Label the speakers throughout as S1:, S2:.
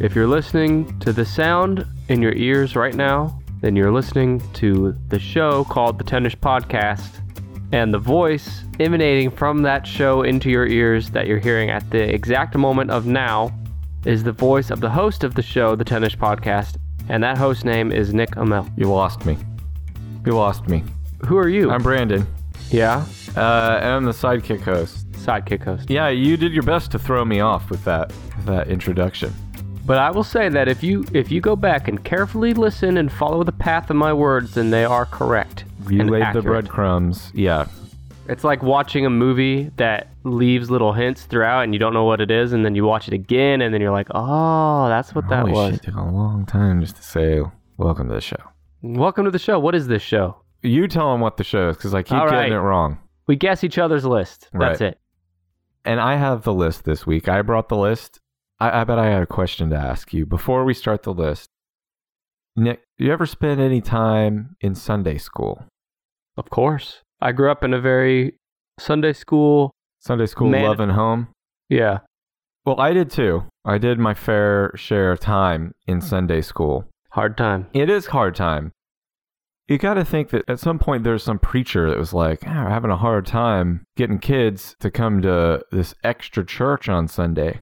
S1: If you're listening to the sound in your ears right now, then you're listening to the show called The Tennis Podcast, and the voice emanating from that show into your ears that you're hearing at the exact moment of now is the voice of the host of the show, The Tennis Podcast, and that host name is Nick Amel.
S2: You lost me. You lost me.
S1: Who are you?
S2: I'm Brandon,
S1: yeah,
S2: uh, and I'm the sidekick host.
S1: sidekick host.
S2: Yeah, you did your best to throw me off with that with that introduction.
S1: But I will say that if you if you go back and carefully listen and follow the path of my words, then they are correct.
S2: You
S1: and
S2: laid
S1: accurate.
S2: the breadcrumbs. Yeah,
S1: It's like watching a movie that leaves little hints throughout, and you don't know what it is, and then you watch it again, and then you're like, "Oh, that's what that
S2: Holy
S1: was."
S2: shit, took a long time just to say welcome to the show.
S1: Welcome to the show. What is this show?
S2: You tell them what the show is because I keep
S1: All right.
S2: getting it wrong.
S1: We guess each other's list. That's
S2: Right.
S1: it.
S2: And I have the list this week. I brought the list. I, I bet I had a question to ask you before we start the list. Nick, you ever spend any time in Sunday school?
S1: Of course. I grew up in a very Sunday school.
S2: Sunday school,
S1: Man-
S2: love and home.
S1: Yeah.
S2: Well, I did too. I did my fair share of time in Sunday school.
S1: Hard time.
S2: It is hard time. You got to think that at some point there's some preacher that was like, "Ah, we're having a hard time getting kids to come to this extra church on Sunday.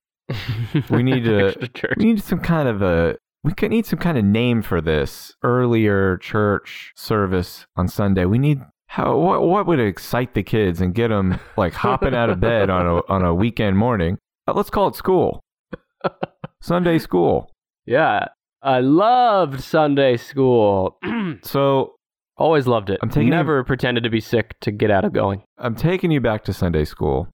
S2: We need to-
S1: Extra church.
S2: We need some kind of a we could need some kind of name for this earlier church service on Sunday. We need how what what would excite the kids and get them like hopping out of bed on a on a weekend morning? Uh, let's call it school. Sunday school.
S1: Yeah. I loved Sunday school.
S2: So
S1: Always loved it.
S2: I'm taking-
S1: Never pretended to be sick to get out of going.
S2: I'm taking you back to Sunday school,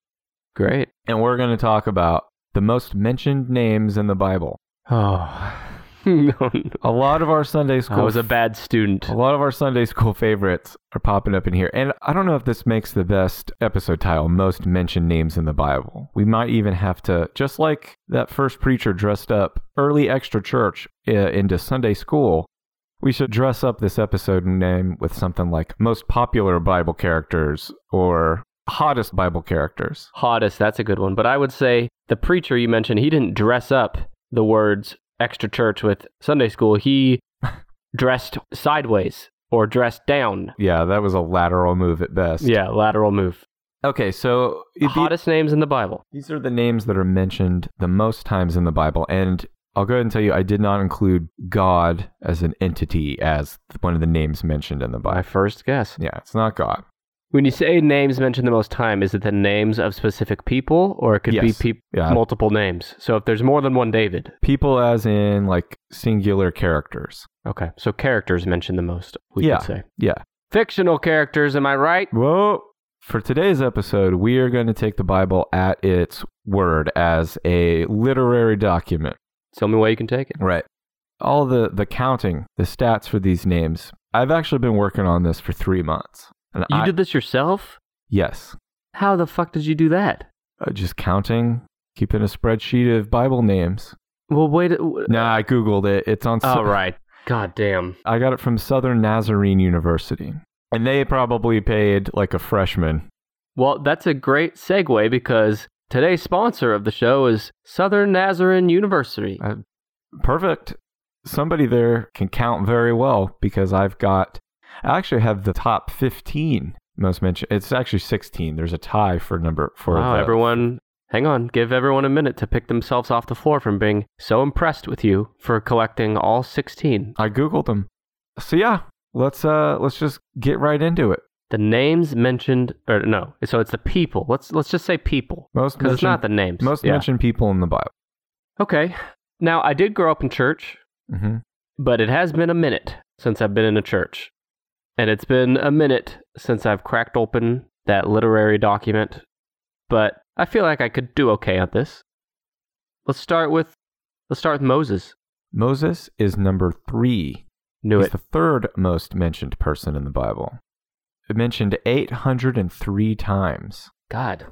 S1: Great.
S2: and we're going to talk about the most mentioned names in the Bible.
S1: Oh. no, no.
S2: A lot of our Sunday school,
S1: I was a bad student.
S2: a lot of our Sunday school favorites are popping up in here, and I don't know if this makes the best episode title: most mentioned names in the Bible. We might even have to, just like that first preacher dressed up early extra church uh, into Sunday school. We should dress up this episode name with something like most popular Bible characters or hottest Bible characters.
S1: Hottest, that's a good one. But I would say the preacher you mentioned, he didn't dress up the words extra church with Sunday school. He dressed sideways or dressed down.
S2: Yeah, that was a lateral move at best.
S1: Yeah, lateral move.
S2: Okay, so it'd be-
S1: Hottest names in the Bible.
S2: these are the names that are mentioned the most times in the Bible, and I'll go ahead and tell you, I did not include God as an entity as one of the names mentioned in the
S1: My
S2: Bible.
S1: first guess.
S2: Yeah, it's not God.
S1: When you say names mentioned the most time, is it the names of specific people or it could
S2: Yes.
S1: be peop
S2: Yeah,
S1: multiple names? So if there's more than one David.
S2: people as in like singular characters.
S1: Okay. So characters mentioned the most, we
S2: Yeah.
S1: could say.
S2: Yeah.
S1: Fictional characters, am I right?
S2: Well, for today's episode, we are going to take the Bible at its word as a literary document.
S1: Tell me why you can take it.
S2: Right. All the the counting, the stats for these names. I've actually been working on this for three months. And
S1: You
S2: I,
S1: did this yourself?
S2: yes,
S1: How the fuck did you do that?
S2: uh, just counting, keeping a spreadsheet of Bible names.
S1: Well, wait. uh, w-
S2: Nah, I googled it. It's on.
S1: Oh, right. God damn.
S2: I got it from Southern Nazarene University, and they probably paid like a freshman.
S1: Well, that's a great segue because today's sponsor of the show is Southern Nazarene University.
S2: Uh, Perfect. Somebody there can count very well because I've got. I actually have the top fifteen most mentioned. It's actually sixteen. There's a tie for number for
S1: Wow,
S2: the-
S1: everyone. Hang on. Give everyone a minute to pick themselves off the floor from being so impressed with you for collecting all 16.
S2: I googled them. So yeah, let's uh let's just get right into it.
S1: The names mentioned, or no, so it's the people. Let's let's just say people
S2: Most
S1: because it's not
S2: mentioned-
S1: the names.
S2: most
S1: Yeah.
S2: mentioned people in the Bible.
S1: Okay. Now I did grow up in church.
S2: hmm
S1: but it has been a minute since I've been in a church. And it's been a minute since I've cracked open that literary document, but I feel like I could do okay at this. Let's start with let's start with Moses.
S2: Moses is number three.
S1: Knew
S2: He's
S1: it.
S2: the third most mentioned person in the Bible. Mentioned 803 times.
S1: God.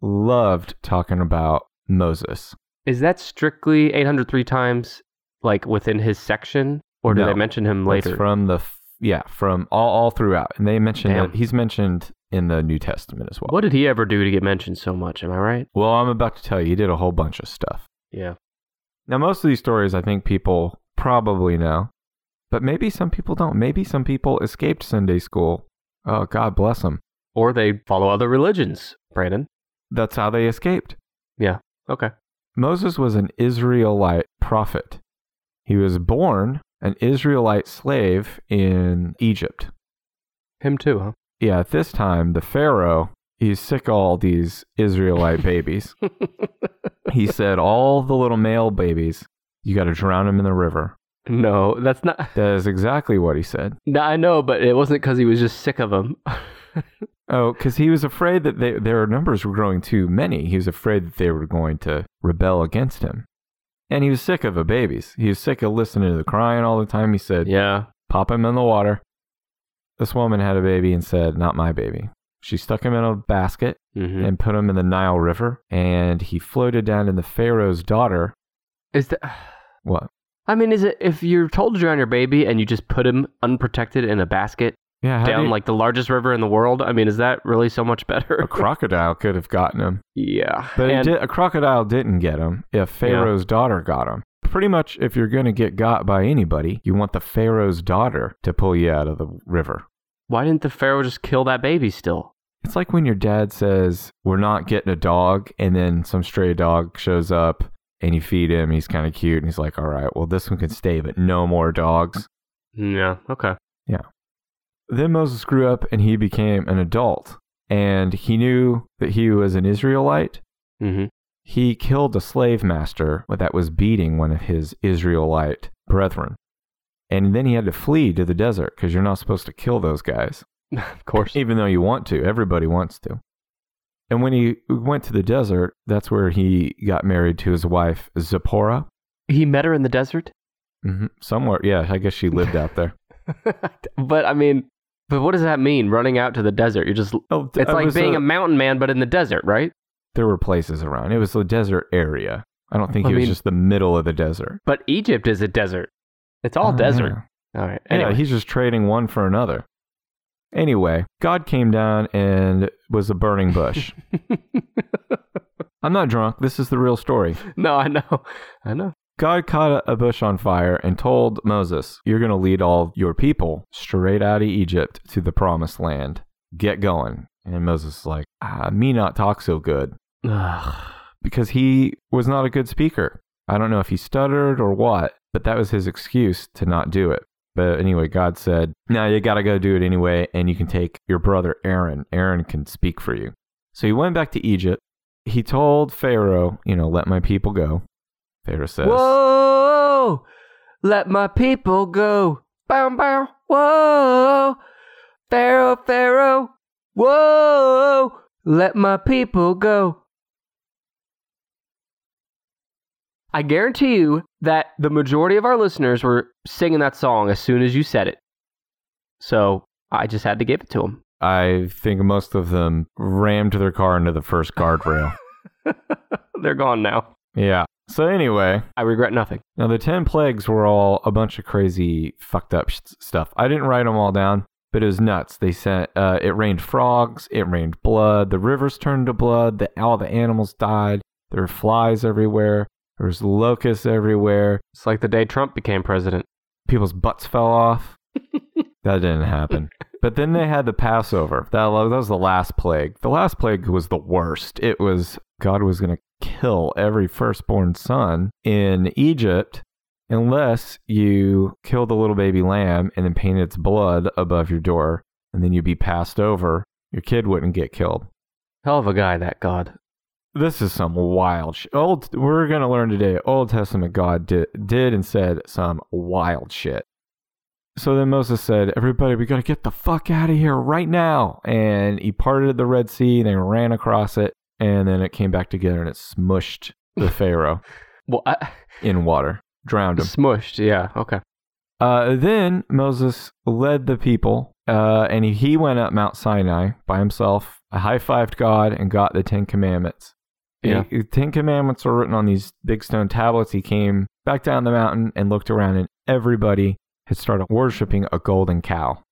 S2: Loved talking about Moses.
S1: Is that strictly 803 times like within his section or do
S2: No.
S1: they mention him
S2: That's
S1: later?
S2: from the f- yeah from all, all throughout, and they mentioned
S1: Damn.
S2: that he's mentioned in the New Testament as well.
S1: what did he ever do to get mentioned so much, am I right?
S2: Well, I'm about to tell you, he did a whole bunch of stuff.
S1: Yeah.
S2: Now, most of these stories I think people probably know, but maybe some people don't. Maybe some people escaped Sunday school. Oh, God bless them.
S1: Or they follow other religions, Brandon.
S2: That's how they escaped.
S1: Okay.
S2: Moses was an Israelite prophet. He was born an Israelite slave in Egypt.
S1: Him too, huh?
S2: Yeah, at this time, the Pharaoh, he's sick of all these Israelite babies. he said, All the little male babies, you got to drown them in the river.
S1: No, that's not.
S2: That is exactly what he said.
S1: No, I know, but it wasn't because he was just sick of them.
S2: Oh, because he was afraid that they, their numbers were growing too many. He was afraid that they were going to rebel against him. And he was sick of the babies. He was sick of listening to the crying all the time. He said,
S1: yeah.
S2: Pop him in the water. This woman had a baby and said, Not my baby. She stuck him in a basket
S1: Mm-hmm.
S2: and put him in the Nile River, and he floated down, and the Pharaoh's daughter,
S1: Is that?
S2: what?
S1: I mean, is it if you're told to drown your baby and you just put him unprotected in a basket
S2: Yeah, how do
S1: down
S2: you-
S1: like the largest river in the world? I mean, is that really so much better?
S2: a crocodile could have gotten him.
S1: yeah.
S2: But it
S1: And-
S2: did, a crocodile didn't get him if Pharaoh's daughter got him. Pretty much, if you're going to get got by anybody, you want the Pharaoh's daughter to pull you out of the river.
S1: why didn't the pharaoh just kill that baby still?
S2: It's like when your dad says, We're not getting a dog, and then some stray dog shows up and you feed him. He's kind of cute, and he's like, All right, well, this one can stay, but no more dogs.
S1: Yeah. Okay.
S2: Then Moses grew up and he became an adult, and he knew that he was an Israelite,
S1: Mm-hmm.
S2: He killed a slave master that was beating one of his Israelite brethren. And then he had to flee to the desert because you're not supposed to kill those guys,
S1: of course.
S2: even though you want to. Everybody wants to. And when he went to the desert, that's where he got married to his wife, Zipporah.
S1: He met her in the desert.
S2: hmm Somewhere, yeah, I guess she lived out there.
S1: but I mean, but what does that mean? Running out to the desert? You're just.
S2: Oh,
S1: It's
S2: it
S1: like
S2: was
S1: being a, mountain man, but in the desert, right?
S2: There were places around. It was a desert area. I don't think
S1: I
S2: it was
S1: mean-
S2: just the middle of the desert.
S1: But Egypt is a desert. It's all
S2: Oh,
S1: desert.
S2: yeah.
S1: All right.
S2: Yeah,
S1: Anyway,
S2: he's just trading one for another. Anyway, God came down and was a burning bush. I'm not drunk. This is the real story.
S1: no, I know, I know.
S2: God caught a bush on fire and told Moses, You're going to lead all your people straight out of Egypt to the promised land. Get going. And Moses is like, ah, Me not talk so good
S1: Ugh.
S2: because he was not a good speaker. I don't know if he stuttered or what, but that was his excuse to not do it. But anyway, God said, "Now you got to go do it anyway, and you can take your brother Aaron. Aaron can speak for you." So he went back to Egypt. He told Pharaoh, "You know, let my people go." Pharaoh says,
S1: Whoa! Let my people go. Bow, bow. Whoa! Pharaoh, Pharaoh. Whoa! Let my people go. I guarantee you that the majority of our listeners were singing that song as soon as you said it. So I just had to give it to them.
S2: "I think most of them rammed their car into the first guardrail."
S1: They're gone now.
S2: yeah. So anyway,
S1: I regret nothing.
S2: Now, the 10 plagues were all a bunch of crazy, fucked up sh- stuff. I didn't write them all down, but it was nuts. They sent, uh, it rained frogs, it rained blood, the rivers turned to blood, the, all the animals died, there were flies everywhere, there was locusts everywhere,
S1: It's like the day Trump became president.
S2: people's butts fell off. that didn't happen. But then they had the Passover. That, lo- that was the last plague. The last plague was the worst. It was God was going to kill every firstborn son in Egypt unless you killed a little baby lamb and then painted its blood above your door and then you'd be passed over. Your kid wouldn't get killed.
S1: Hell of a guy, that God.
S2: This is some wild shit. Old, we're going to learn today. Old Testament God did, did and said some wild shit. So then Moses said, Everybody, we got to get the fuck out of here right now. And he parted the Red Sea and they ran across it. And then it came back together and it smushed the Pharaoh
S1: Well, I,
S2: in water, drowned him.
S1: smushed. Yeah. Okay.
S2: Uh, then Moses led the people, uh, and he went up Mount Sinai by himself, high fived God, and got the Ten Commandments.
S1: Yeah.
S2: The Ten Commandments were written on these big stone tablets. He came back down the mountain and looked around, and everybody had started worshiping a golden cow.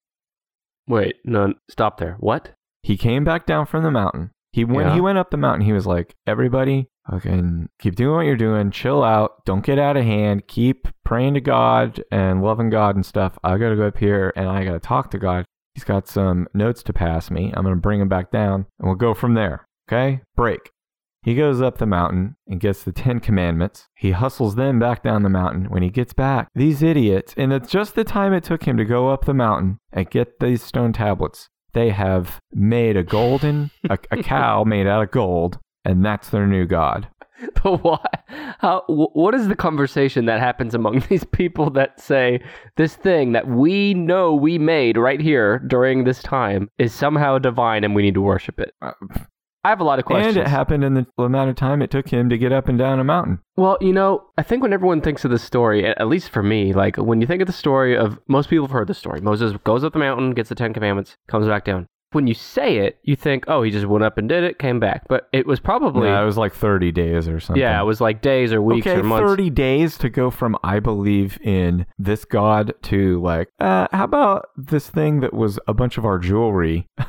S1: Wait, no, stop there. What?
S2: He came back down from the mountain. He when
S1: Yeah.
S2: he went up the mountain, he was like, "Everybody, Fucking keep doing what you're doing. Chill out. Don't get out of hand. Keep praying to God and loving God and stuff. I gotta go up here and I gotta talk to God. He's got some notes to pass me. I'm gonna bring him back down and we'll go from there. Okay? Break. He goes up the mountain and gets the Ten Commandments. He hustles them back down the mountain. When he gets back, these idiots, and it's just the time it took him to go up the mountain and get these stone tablets, they have made a golden, a, a cow made out of gold, and that's their new god.
S1: But what? How? wh- What is the conversation that happens among these people that say this thing that we know we made right here during this time is somehow divine and we need to worship it?
S2: Uh,
S1: I have a lot of questions.
S2: And it happened in the amount of time it took him to get up and down a mountain.
S1: Well, you know, I think when everyone thinks of this story, a- at least for me, like when you think of the story of most people have heard the story. Moses goes up the mountain, gets the Ten Commandments, comes back down. When you say it, you think, oh, he just went up and did it, came back. But it was probably,
S2: Yeah, it was like 30 days or something.
S1: yeah, it was like days or weeks
S2: okay,
S1: or months.
S2: 30 days to go from I believe in this God to like, uh, how about this thing that was a bunch of our jewelry uh,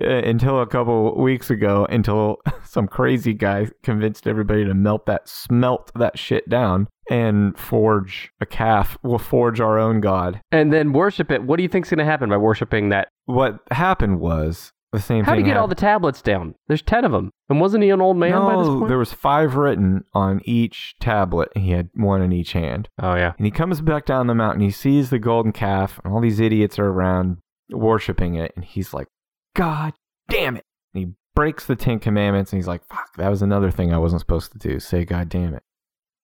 S2: until a couple weeks ago until some crazy guy convinced everybody to melt that, smelt that shit down and forge a calf. We'll forge our own God.
S1: And then worship it. What do you think's going to happen by worshiping that?
S2: What happened was the same
S1: How do
S2: thing.
S1: you get all
S2: happened-
S1: the tablets down? There's 10 of them. And wasn't he an old man by this
S2: No,
S1: point?
S2: there was five written on each tablet. and He had one in each hand.
S1: Oh, yeah.
S2: And he comes back down the mountain. He sees the golden calf, and all these idiots are around worshiping it. And he's like, God damn it. And he breaks the Ten Commandments, and he's like, fuck, that was another thing I wasn't supposed to do. Say, God damn it.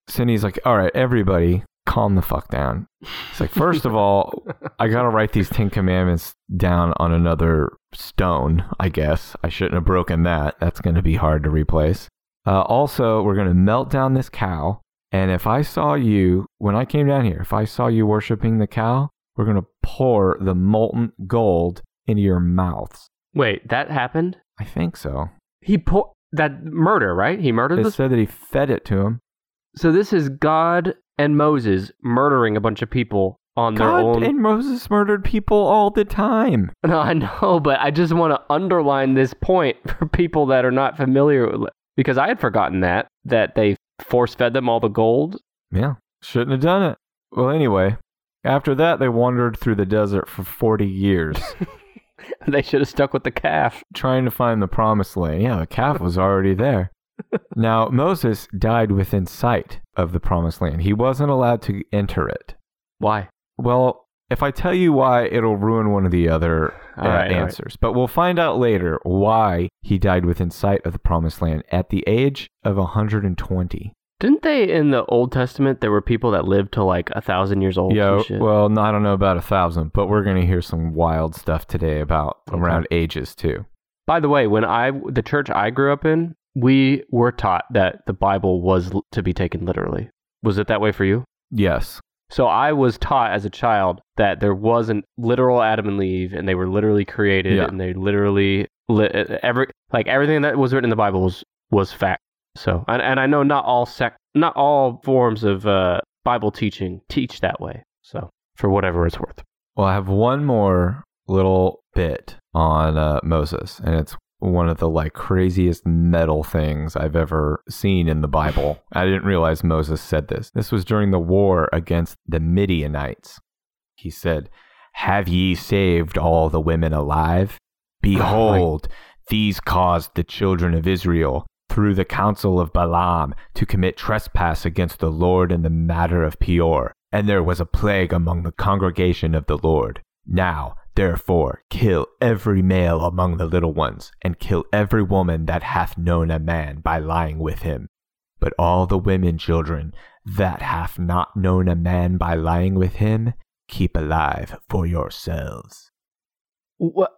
S2: So then he's like, all right, everybody, calm the fuck down. It's like, first of all, I got to write these Ten Commandments down on another stone, I guess. I shouldn't have broken that. That's going to be hard to replace. Uh, also, we're going to melt down this cow. And if I saw you, when I came down here, if I saw you worshiping the cow, we're going to pour the molten gold into your mouths.
S1: Wait, that happened?
S2: I think so.
S1: He po- that murder, right? He murdered
S2: It
S1: this
S2: said that he fed it to him.
S1: So this is God and Moses murdering a bunch of people on their
S2: God
S1: own.
S2: and Moses murdered people all the time.
S1: No, I know, but I just want to underline this point for people that are not familiar with it. because I had forgotten that that they force fed them all the gold.
S2: Yeah. Shouldn't have done it. Well, anyway, after that, they wandered through the desert for 40 years
S1: They should have stuck with the calf.
S2: trying to find the promised land. Yeah, the calf was already there. now, Moses died within sight of the promised land, he wasn't allowed to enter it.
S1: Why?
S2: Well, if I tell you why, it'll ruin one of the other uh,
S1: All right, all right.
S2: answers. But we'll find out later why he died within sight of the promised land at the age of 120.
S1: Didn't they in the Old Testament there were people that lived till like a thousand years old?
S2: Yeah,
S1: and shit?
S2: well, no, I don't know about a thousand, but we're going to hear some wild stuff today about
S1: Okay.
S2: around ages too.
S1: By the way, when I the church I grew up in, we were taught that the Bible was l- to be taken literally. Was it that way for you?
S2: Yes.
S1: So I was taught as a child that there was an literal Adam and Eve, and they were literally created,
S2: Yeah.
S1: and they literally li- e, every like everything that was written in the Bible was was fact. So and, and I know not all sec not all forms of uh, Bible teaching teach that way. So for whatever it's worth,
S2: Well, I have one more little bit on uh, Moses, and it's one of the like craziest metal things I've ever seen in the Bible. I didn't realize Moses said this. This was during the war against the Midianites. He said, "Have ye saved all the women alive? Behold, these caused the children of Israel through the counsel of Balaam to commit trespass against the Lord in the matter of Peor, and there was a plague among the congregation of the Lord. Now, therefore, kill every male among the little ones, and kill every woman that hath known a man by lying with him. But all the women children that hath not known a man by lying with him, keep alive for yourselves.
S1: what?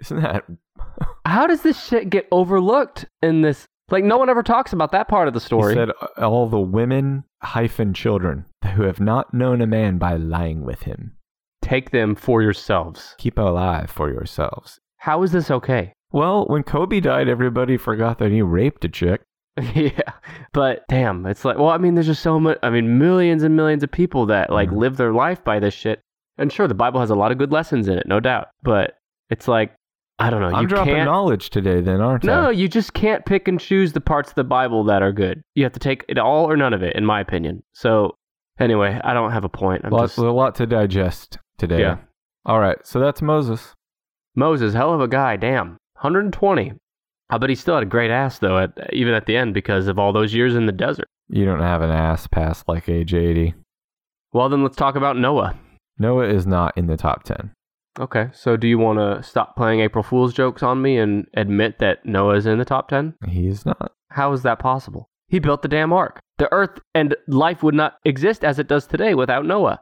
S2: Isn't that
S1: uh, How does this shit get overlooked in this? Like no one ever talks about that part of the story.
S2: He said uh, all the women hyphen children who have not known a man by lying with him.
S1: Take them for yourselves.
S2: Keep alive for yourselves.
S1: How is this okay?
S2: Well, when Kobe died, everybody forgot that he raped a chick.
S1: yeah but damn it's like well i mean there's just so much i mean millions and millions of people that like
S2: Mhm.
S1: live their life by this shit and sure the bible has a lot of good lessons in it no doubt but it's like I don't know.
S2: I'm
S1: you
S2: dropping
S1: can't.
S2: knowledge today, then, aren't
S1: No,
S2: I?
S1: you just can't pick and choose the parts of the Bible that are good. You have to take it all or none of it, in my opinion. So, anyway, I don't have a point. I'm
S2: Lots,
S1: just,
S2: a lot to digest today.
S1: Yeah.
S2: All right. So that's Moses.
S1: Moses, hell of a guy, damn. 120. I bet he still had a great ass, though, at, even at the end because of all those years in the desert.
S2: You don't have an ass pass like age 80.
S1: Well, then let's talk about Noah.
S2: Noah is not in the top 10.
S1: Okay, so do you want to stop playing April Fool's jokes on me and admit that Noah is in the top 10?
S2: He is not.
S1: How is that possible? He built the damn ark. The earth and life would not exist as it does today without Noah.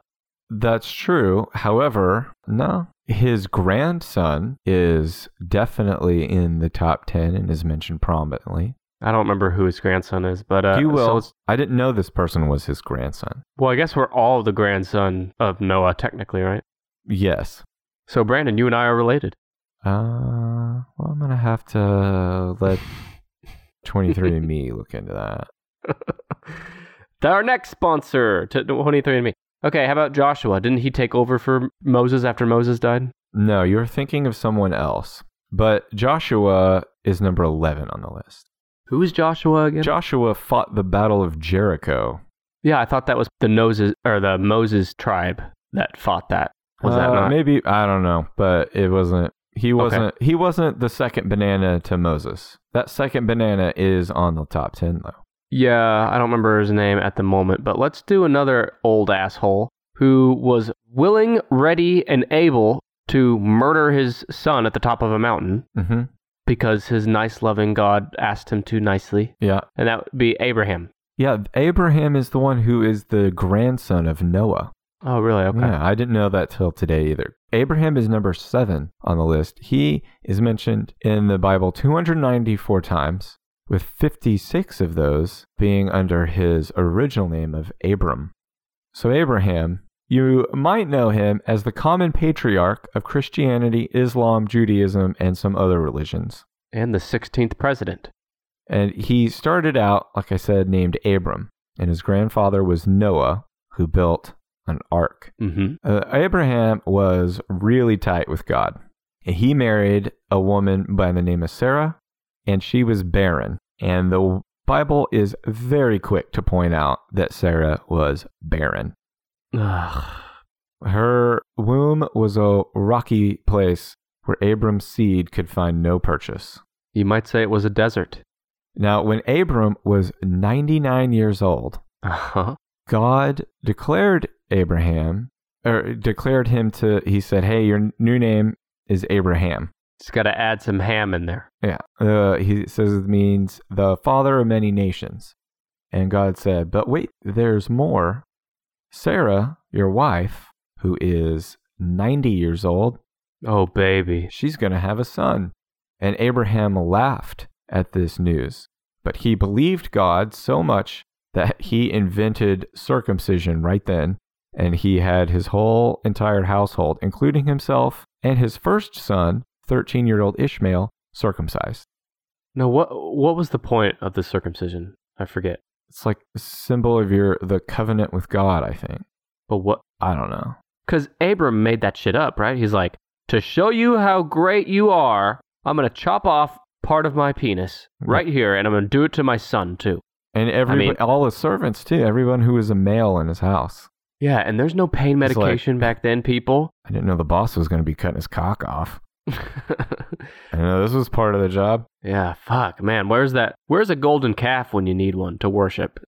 S2: That's true. However, no. His grandson is definitely in the top 10 and is mentioned prominently.
S1: I don't remember who his grandson is, but uh,
S2: you
S1: so
S2: will.
S1: it's-
S2: I didn't know this person was his grandson.
S1: well, I guess we're all the grandson of Noah, technically, right?
S2: Yes.
S1: So, Brandon, you and I are related.
S2: Uh, well, I'm going to have to let 23andMe look into that.
S1: Our next sponsor, to 23andMe. Okay, how about Joshua? Didn't he take over for Moses after Moses died?
S2: No, you're thinking of someone else. But Joshua is number 11 on the list.
S1: Who is Joshua again?
S2: Joshua fought the Battle of Jericho.
S1: yeah, I thought that was the Moses or the Moses tribe that fought that. Was that
S2: Uh,
S1: not?
S2: maybe I don't know, but it wasn't. He wasn't. He wasn't the second banana to Moses. That second banana is on the top ten though.
S1: Yeah, I don't remember his name at the moment, but let's do another old asshole who was willing, ready, and able to murder his son at the top of a mountain
S2: Mm-hmm.
S1: because his nice, loving God asked him to nicely.
S2: Yeah,
S1: And that would be Abraham.
S2: yeah. Abraham is the one who is the grandson of Noah.
S1: Oh, really? Okay.
S2: Yeah, I didn't know that till today either. Abraham is number seven on the list. He is mentioned in the Bible 294 times, with 56 of those being under his original name of Abram. So, Abraham, you might know him as the common patriarch of Christianity, Islam, Judaism, and some other religions.
S1: And the 16th president.
S2: And he started out, like I said, named Abram, and his grandfather was Noah, who built an ark.
S1: Mm-hmm.
S2: Uh, Abraham was really tight with God. He married a woman by the name of Sarah, and she was barren. And the Bible is very quick to point out that Sarah was barren. Her womb was a rocky place where Abram's seed could find no purchase.
S1: You might say it was a desert.
S2: Now, when Abram was 99 years old,
S1: Uh-huh.
S2: God declared Abraham, or declared him to, he said, Hey, your new name is Abraham.
S1: Just got to add some ham in there.
S2: Yeah. Uh, he says it means the father of many nations. And God said, But wait, there's more. Sarah, your wife, who is 90 years old,
S1: Oh, baby.
S2: she's going to have a son. And Abraham laughed at this news. But he believed God so much that he invented circumcision right then. And he had his whole entire household, including himself and his first son, 13 year old Ishmael, circumcised.
S1: No, what, what was the point of the circumcision? I forget.
S2: It's like a symbol of your the covenant with God, I think.
S1: But what,
S2: I don't know.
S1: Because Abram made that shit up, right? He's like, to show you how great you are, I'm going to chop off part of my penis right here, and I'm going to do it to my son, too.
S2: And every
S1: mean-
S2: all his servants too, everyone who was a male in his house.
S1: Yeah, and there's no pain
S2: It's like-
S1: medication back then, people.
S2: I didn't know the boss was going to be cutting his cock off. I know this was part of the job.
S1: yeah, fuck, man. Where's that? Where's a golden calf when you need one to worship?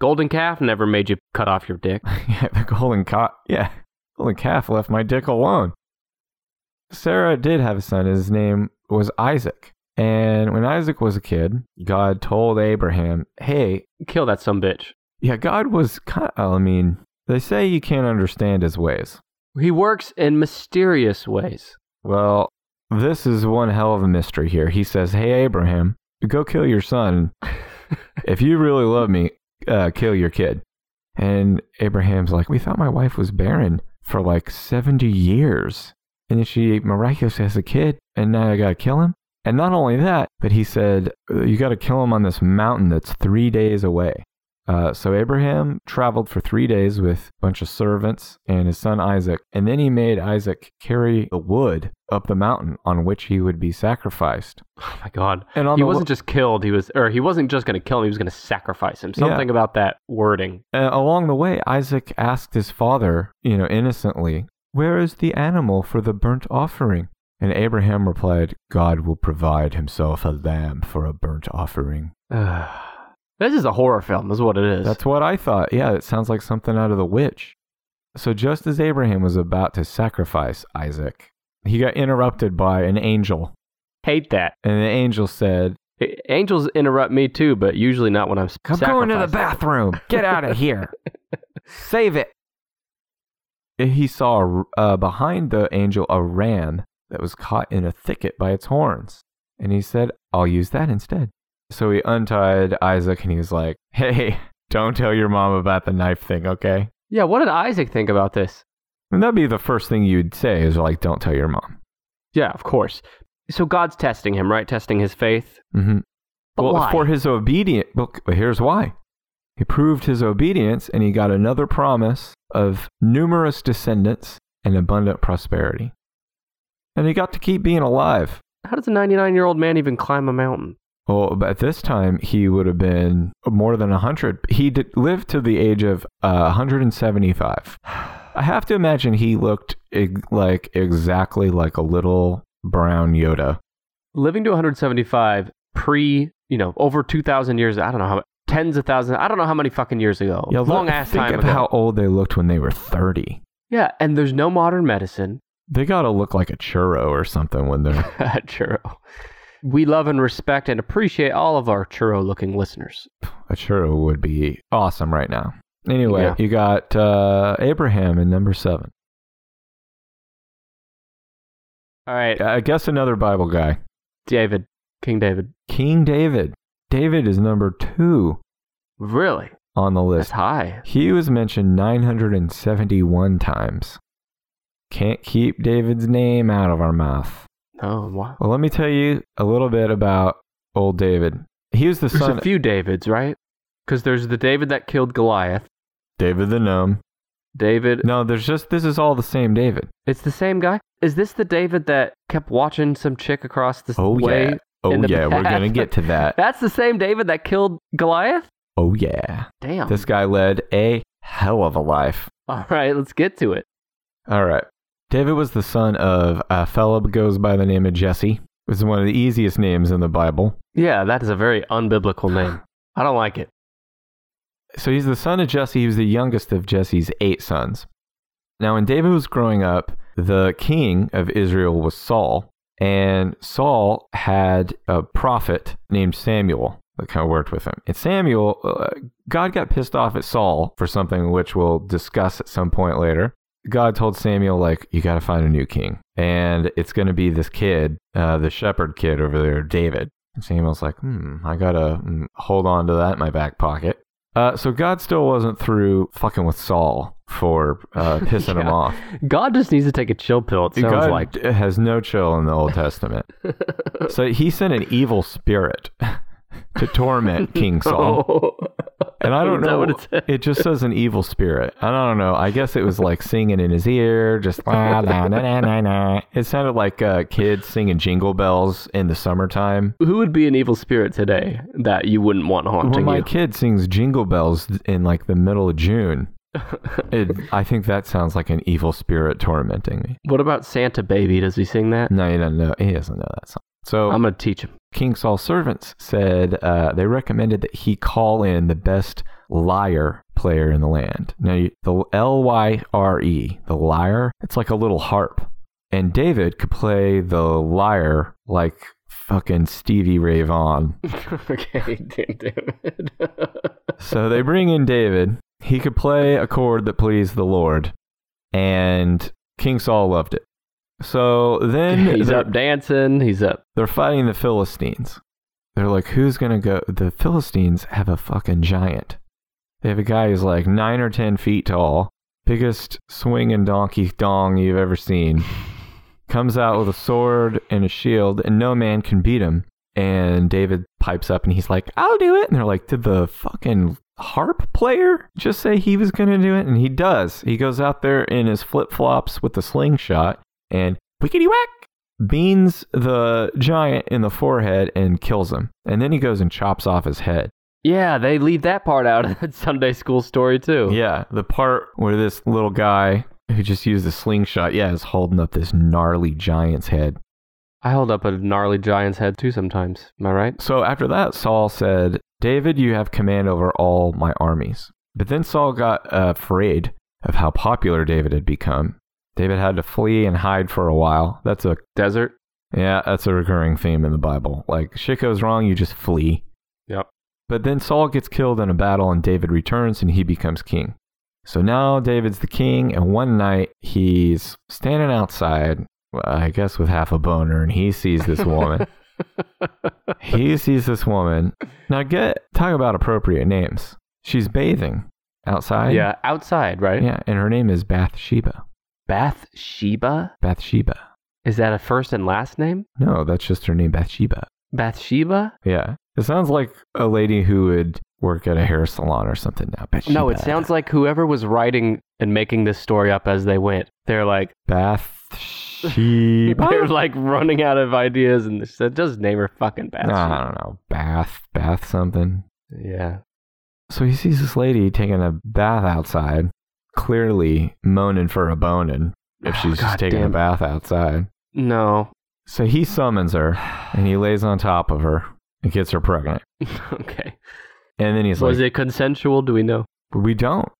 S1: Golden calf never made you cut off your dick.
S2: yeah, the golden calf. Yeah, golden calf left my dick alone. Sarah did have a son. His name was Isaac. And when Isaac was a kid, God told Abraham, "Hey,
S1: Kill that some bitch.
S2: yeah, God was kind. Of, I mean, they say you can't understand his ways."
S1: He works in mysterious ways.
S2: Well, this is one hell of a mystery here. He says, Hey, Abraham, go kill your son. if you really love me, uh, kill your kid. And Abraham's like, We thought my wife was barren for like 70 years. And then she miraculously has a kid, and now I gotta kill him? And not only that, but he said, You gotta kill him on this mountain that's three days away. Uh, so Abraham traveled for three days with a bunch of servants and his son Isaac, and then he made Isaac carry the wood up the mountain on which he would be sacrificed.
S1: Oh my God.
S2: And on
S1: He
S2: the
S1: wasn't just killed. He was, or he wasn't just going to kill him. He was going to sacrifice him.
S2: Yeah.
S1: Something about that wording.
S2: Uh, along the way, Isaac asked his father, you know, innocently, Where is the animal for the burnt offering? And Abraham replied, God will provide himself a lamb for a burnt offering.
S1: this is a horror film, is what it is.
S2: That's what I thought. Yeah, it sounds like something out of The Witch. So just as Abraham was about to sacrifice Isaac, he got interrupted by an angel.
S1: Hate that.
S2: And the angel said,
S1: A- Angels interrupt me too, but usually not when I'm. s-
S2: I'm going to the
S1: sacrificing.
S2: bathroom. Get out of here. Save it. He saw uh, behind the angel a ram that was caught in a thicket by its horns. And he said, I'll use that instead. So he untied Isaac and he was like, Hey, don't tell your mom about the knife thing, okay?
S1: Yeah, what did Isaac think about this?
S2: And that'd be the first thing you'd say is like, Don't tell your mom.
S1: Yeah, of course. So God's testing him, right? Testing his faith.
S2: Mm-hmm.
S1: But
S2: well,
S1: why?
S2: for his obedience, look, here's why. He proved his obedience and he got another promise of numerous descendants and abundant prosperity. And he got to keep being alive.
S1: How does a 99 year old man even climb a mountain?
S2: Well, but at this time, he would have been more than 100. He did, lived to the age of uh, 175. I have to imagine he looked eg- like exactly like a little brown Yoda.
S1: Living to 175 pre, you know, over 2,000 years. I don't know how tens of thousands. I don't know how many fucking years ago.
S2: Yeah, look-
S1: Long ass
S2: think
S1: time
S2: of
S1: ago.
S2: how old they looked when they were 30.
S1: yeah, and there's no modern medicine.
S2: They gotta look like a churro or something when they're.
S1: churro. We love and respect and appreciate all of our churro looking listeners.
S2: a churro would be awesome right now. Anyway,
S1: Yeah.
S2: you got uh, Abraham in number seven.
S1: All right,
S2: I guess another Bible guy,
S1: David, King David.
S2: King David. David is number two
S1: Really?
S2: on the
S1: That's
S2: list.
S1: high.
S2: He was mentioned 971 times. Can't keep David's name out of our mouth.
S1: Oh, wow.
S2: Well, let me tell you a little bit about old David. He was the
S1: There's
S2: son
S1: a few Davids, right? Because there's the David that killed Goliath.
S2: David the gnome.
S1: David.
S2: No, there's just this is all the same David.
S1: It's the same guy. Is this the David that kept watching some chick across the
S2: Oh
S1: way?
S2: yeah. Oh
S1: in the
S2: yeah, we're
S1: past.
S2: gonna get to that.
S1: That's the same David that killed Goliath?
S2: Oh yeah.
S1: Damn.
S2: This guy led a hell of a life.
S1: All right, let's get to it.
S2: All right. David was the son of a fellow who goes by the name of Jesse. It's one of the easiest names in the Bible.
S1: Yeah, that is a very unbiblical name. I don't like it.
S2: So he's the son of Jesse. He was the youngest of Jesse's eight sons. Now, when David was growing up, the king of Israel was Saul, and Saul had a prophet named Samuel that kind of worked with him. And Samuel, uh, God got pissed off at Saul for something which we'll discuss at some point later. God told Samuel, like, you got to find a new king, and it's going to be this kid, uh, the shepherd kid over there, David. And Samuel's like, hmm, I got to hold on to that in my back pocket. Uh, so God still wasn't through fucking with Saul for uh, pissing him
S1: Yeah.
S2: off.
S1: God just needs to take a chill pill, it sounds
S2: God
S1: like.
S2: has no chill in the Old Testament. so he sent an evil spirit to torment King Saul. And I don't
S1: Oh, Is that
S2: know
S1: what it said?
S2: just says an evil spirit. I don't know. I guess it was like singing in his ear, just la, la, na, na, na, na. It sounded like uh, kids singing jingle bells in the summertime.
S1: Who would be an evil spirit today that you wouldn't want
S2: Well,
S1: haunting
S2: my
S1: you?
S2: kid sings jingle bells in like the middle of June. It, I think that sounds like an evil spirit tormenting me.
S1: What about Santa Baby? Does he sing that?
S2: No, he doesn't know. He doesn't know that song. So
S1: I'm going to teach him.
S2: King Saul's servants said uh, they recommended that he call in the best lyre player in the land. Now, you- the L Y R E, the lyre, it's like a little harp. And David could play the lyre like fucking Stevie Ray Vaughan.
S1: okay, David.
S2: so they bring in David. He could play a chord that pleased the Lord. And King Saul loved it. So then
S1: he's
S2: the-
S1: up dancing. He's up.
S2: they're fighting the Philistines. They're like, who's going to go? The Philistines have a fucking giant. They have a guy who's like nine or 10 feet tall, biggest swinging donkey dong you've ever seen. Comes out with a sword and a shield, and no man can beat him. And David pipes up and he's like, I'll do it. And they're like, Did the fucking harp player just say he was going to do it? And he does. He goes out there in his flip flops with the slingshot and wickety whack beans the giant in the forehead and kills him. And then he goes and chops off his head.
S1: Yeah, they leave that part out of that Sunday school story too.
S2: Yeah, the part where this little guy who just used the slingshot, yeah, is holding up this gnarly giant's head.
S1: I hold up a gnarly giant's head too sometimes. Am I right?
S2: So after that, Saul said, David, you have command over all my armies. But then Saul got afraid of how popular David had become. David had to flee and hide for a while. That's a
S1: Desert.
S2: yeah, that's a recurring theme in the Bible. Like shit goes wrong, you just flee.
S1: Yep.
S2: But then Saul gets killed in a battle and David returns and he becomes king. So now David's the king and one night he's standing outside, well, I guess with half a boner and he sees this woman. he sees this woman. Now get talk about appropriate names. She's bathing outside.
S1: yeah, outside, right?
S2: Yeah, and her name is Bathsheba.
S1: Bathsheba?
S2: Bathsheba.
S1: Is that a first and last name?
S2: No, that's just her name, Bathsheba.
S1: Bathsheba?
S2: Yeah. It sounds like a lady who would work at a hair salon or something now. Bathsheba.
S1: No, it sounds like whoever was writing and making this story up as they went, they're like
S2: Bathsheba.
S1: they're like running out of ideas and they said just name her fucking
S2: No, I
S1: Bathsheba.
S2: don't know. Bath, bath something.
S1: Yeah.
S2: So he sees this lady taking a bath outside, clearly moaning for a boning if
S1: Oh,
S2: she's just
S1: God
S2: taking a
S1: damn.
S2: bath outside.
S1: No.
S2: So he summons her and he lays on top of her and gets her pregnant.
S1: okay.
S2: And then he's
S1: Was
S2: like,
S1: it consensual? Do we know?
S2: We don't.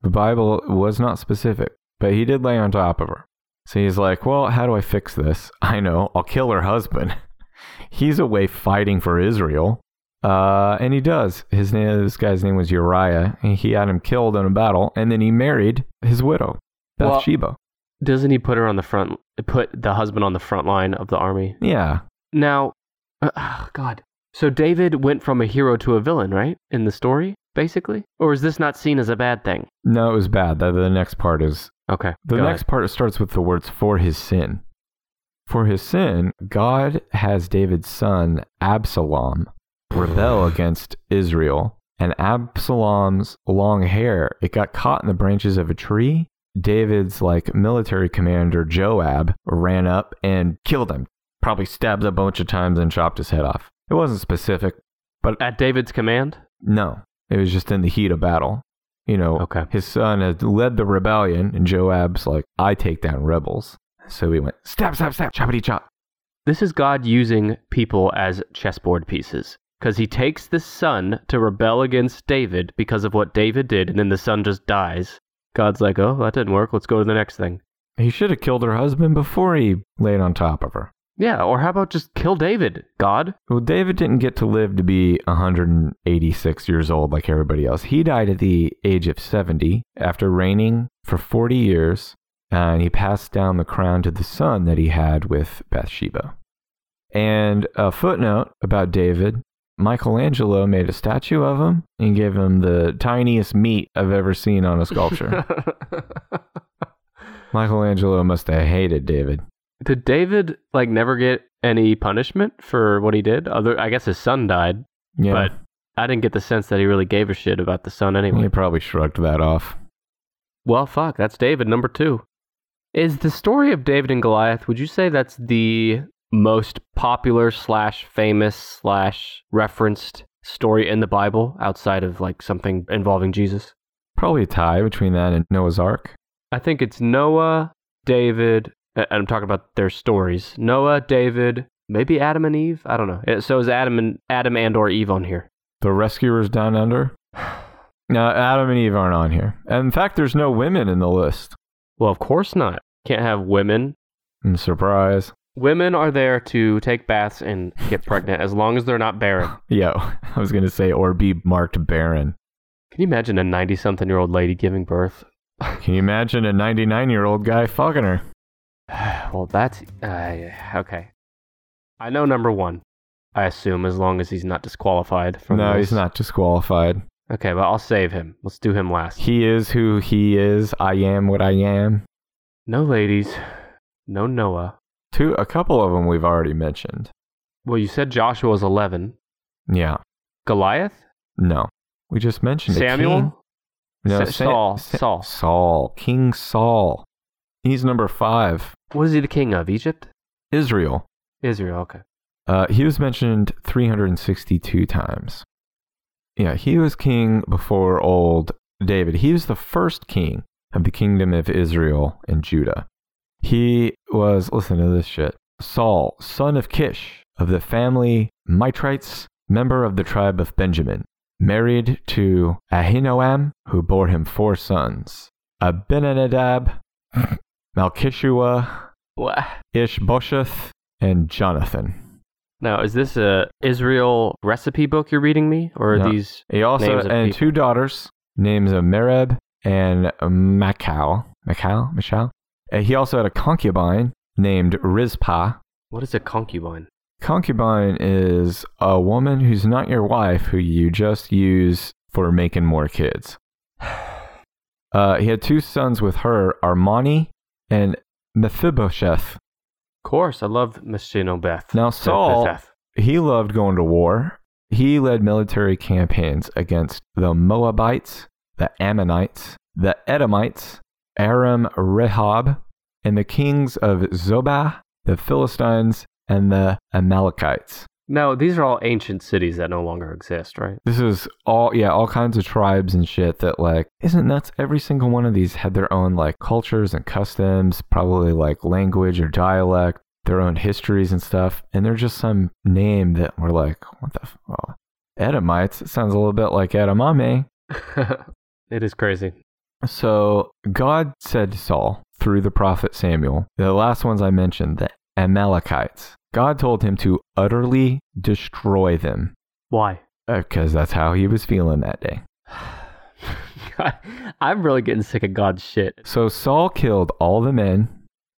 S2: The Bible was not specific, but he did lay on top of her. So he's like, Well, how do I fix this? I know. I'll kill her husband. he's away fighting for Israel. Uh, and he does. His name, this guy's name was Uriah, and he had him killed in a battle, and then he married his widow,
S1: Well-
S2: Bathsheba.
S1: Doesn't he put her on the front put the husband on the front line of the army?
S2: yeah.
S1: Now, uh, ah, god. So David went from a hero to a villain, right? In the story, basically? Or is this not seen as a bad thing?
S2: No, it was bad. The, the next part is
S1: Okay.
S2: The
S1: go
S2: next part starts with the words for his sin. For his sin, God has David's son Absalom rebel against Israel. And Absalom's long hair, it got caught in the branches of a tree. David's like military commander Joab ran up and killed him. Probably stabbed a bunch of times and chopped his head off. It wasn't specific.
S1: ahead. At David's command?
S2: No, it was just in the heat of battle. You know,
S1: Okay.
S2: his son had led the rebellion, and Joab's like, I take down rebels. So he went, stab, stab, stab, choppity chop.
S1: This is God using people as chessboard pieces. Because he takes the son to rebel against David because of what David did, and then the son just dies. God's like, oh, that didn't work. Let's go to the next thing.
S2: He should have killed her husband before he laid on top of her.
S1: Yeah, or how about just kill David, God?
S2: Well, David didn't get to live to be 186 years old like everybody else. He died at the age of 70 after reigning for 40 years, and he passed down the crown to the son that he had with Bathsheba. And a footnote about David Michelangelo made a statue of him and gave him the tiniest meat I've ever seen on a sculpture. Michelangelo must have hated David.
S1: did David, like, never get any punishment for what he did? Other, I guess his son died,
S2: Yeah,
S1: but I didn't get the sense that he really gave a shit about the son anyway.
S2: he probably shrugged that off.
S1: Well, fuck, that's David, number two. Is the story of David and Goliath, would you say that's the most popular slash famous slash referenced story in the Bible outside of like something involving Jesus?
S2: Probably a tie between that and Noah's Ark.
S1: I think it's Noah, David, a- and I'm talking about their stories. Noah, David, maybe Adam and Eve. I don't know. Uh, So is Adam and Adam and or Eve on here?
S2: The Rescuers Down Under? No, Adam and Eve aren't on here. And in fact, there's no women in the list.
S1: Well, of course not. Can't have women.
S2: I'm surprised.
S1: Women are there to take baths and get pregnant as long as they're not barren.
S2: Yo, I was going to say, or be marked barren.
S1: Can you imagine a 90 something year old lady giving birth?
S2: Can you imagine a 99 year old guy fucking her?
S1: Well, that's. Uh, okay. I know number one, I assume, as long as he's not disqualified from
S2: No,
S1: this.
S2: he's not disqualified.
S1: Okay, but I'll save him. Let's do him last.
S2: He is who he is. I am what I am.
S1: No ladies. No Noah.
S2: Two, a couple of them we've already mentioned.
S1: Well, you said Joshua's 11.
S2: Yeah.
S1: Goliath?
S2: No. We just mentioned it. King-
S1: Samuel?
S2: No,
S1: Sa-
S2: Sa-
S1: Saul.
S2: Sa-
S1: Saul.
S2: Saul. King Saul. He's number five.
S1: What is he the king of? Egypt?
S2: Israel.
S1: Israel, okay.
S2: Uh, he was mentioned 362 times. Yeah, he was king before old David. He was the first king of the kingdom of Israel and Judah. He was, listen to this shit Saul, son of Kish, of the family Mitrites, member of the tribe of Benjamin, married to Ahinoam, who bore him four sons Abinadab, Malchishua,
S1: What?
S2: Ishbosheth, and Jonathan.
S1: Now, is this a Israel recipe book you're reading me? Or are
S2: No.
S1: these
S2: He also
S1: names of
S2: and
S1: people.
S2: two daughters, names of Mereb and Macau. Macau? Michal? And he also had a concubine named Rizpah.
S1: what is a concubine?
S2: Concubine is a woman who's not your wife who you just use for making more kids. Uh, he had two sons with her, Armani and Mephibosheth.
S1: Of course, I love Machinobeth.
S2: Now Saul- He loved going to war. He led military campaigns against the Moabites, the Ammonites, the Edomites, Aram Rehob, and the kings of Zobah, the Philistines, and the Amalekites.
S1: Now, these are all ancient cities that no longer exist, right?
S2: This is all, yeah, all kinds of tribes and shit that, like, isn't nuts? Every single one of these had their own, like, cultures and customs, probably, like, language or dialect, their own histories and stuff. And they're just some name that we're like, what the, f- well, Edomites? It sounds a little bit like Edamame.
S1: it is crazy.
S2: So God said to Saul through the prophet Samuel, the last ones I mentioned, the Amalekites, God told him to utterly destroy them
S1: Why?
S2: because that's how he was feeling that day.
S1: I'm really getting sick of God's shit.
S2: So Saul killed all the men,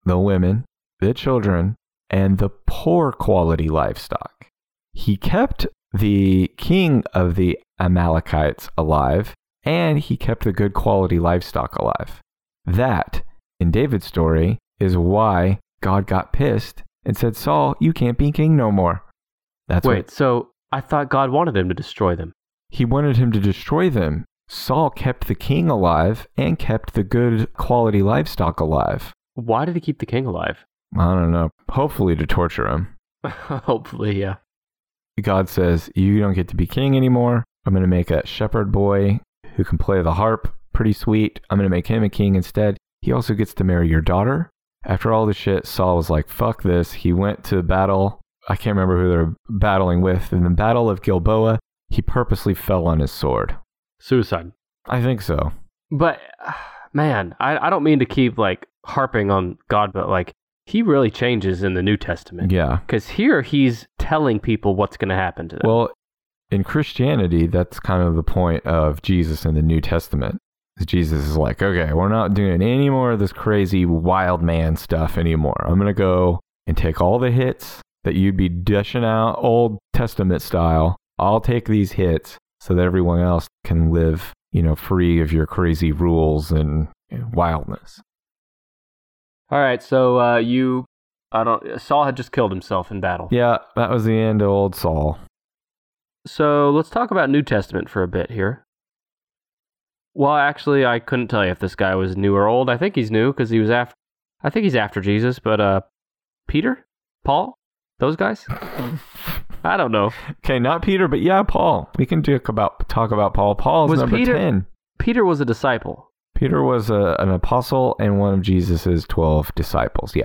S2: the women, the children, and the poor quality livestock. He kept the king of the Amalekites alive, and he kept the good quality livestock alive. That, in David's story, is why God got pissed and said, Saul, you can't be king no more. That's
S1: Wait,
S2: what
S1: so I thought God wanted him to destroy them.
S2: he wanted him to destroy them. Saul kept the king alive and kept the good quality livestock alive.
S1: Why did he keep the king alive?
S2: I don't know. Hopefully to torture him.
S1: Hopefully, yeah.
S2: God says, You don't get to be king anymore. I'm going to make a shepherd boy who can play the harp. Pretty sweet. I'm going to make him a king instead. He also gets to marry your daughter. After all the shit, Saul was like, Fuck this. He went to battle. I can't remember who they're battling with. In the Battle of Gilboa, he purposely fell on his sword.
S1: Suicide.
S2: I think so.
S1: But man, I, I don't mean to keep like harping on God, but like he really changes in the New Testament.
S2: Yeah.
S1: Because here he's telling people what's going to happen to them.
S2: Well, in Christianity, that's kind of the point of Jesus in the New Testament. is Jesus is like, okay, we're not doing any more of this crazy wild man stuff anymore. I'm going to go and take all the hits that you'd be dishing out Old Testament style. I'll take these hits so that everyone else can live, you know, free of your crazy rules and wildness.
S1: All right, so uh, you, I don't. Saul had just killed himself in battle.
S2: Yeah, that was the end of old Saul.
S1: So let's talk about New Testament for a bit here. Well, actually, I couldn't tell you if this guy was new or old. I think he's new because he was after. I think he's after Jesus, but uh, Peter, Paul, those guys. I don't know.
S2: Okay, not Peter, but yeah, Paul. We can talk about talk about Paul. Paul's
S1: Was
S2: number
S1: Peter-
S2: ten.
S1: Peter was a disciple.
S2: Peter was a, an apostle and one of Jesus's 12 disciples. Yeah.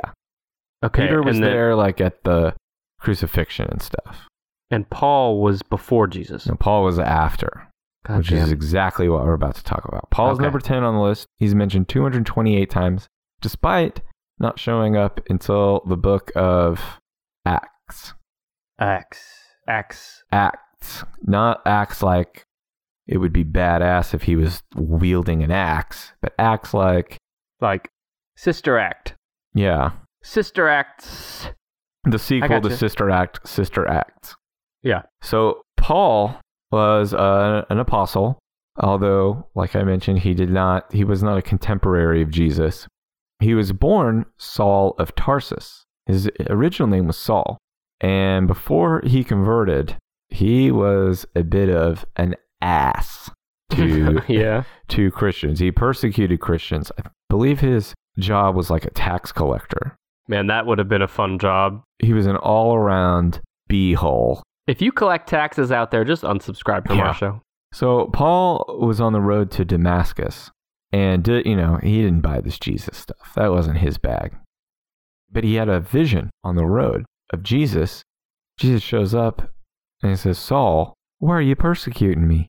S1: Okay,
S2: Peter was
S1: and then-
S2: there like at the crucifixion and stuff.
S1: and Paul was before Jesus.
S2: And Paul was after,
S1: God
S2: which is
S1: Oh,
S2: e
S1: damn.
S2: exactly what we're about to talk about. Paul's
S1: Okay.
S2: number 10 on the list. He's mentioned 228 times despite not showing up until the book of Acts.
S1: Acts, Acts.
S2: Acts, not acts like it would be badass if he was wielding an axe, but acts like,
S1: like Sister Act,
S2: yeah,
S1: Sister Acts.
S2: the sequel to
S1: gotcha.
S2: Sister Act, Sister Act.
S1: Yeah,
S2: So Paul was uh, an apostle, although, like I mentioned, he did not. He was not a contemporary of Jesus. He was born Saul of Tarsus. His original name was Saul, and before he converted, he was a bit of an ass to
S1: yeah.
S2: to Christians. He persecuted Christians. I believe his job was like a tax collector.
S1: Man, that would have been a fun job.
S2: He was an all-around b-hole.
S1: If you collect taxes out there, just unsubscribe from
S2: Yeah.
S1: our show.
S2: So Paul was on the road to Damascus, and did, you know he didn't buy this Jesus stuff. That wasn't his bag. But he had a vision on the road of Jesus. Jesus shows up and he says, "Saul, why are you persecuting me?"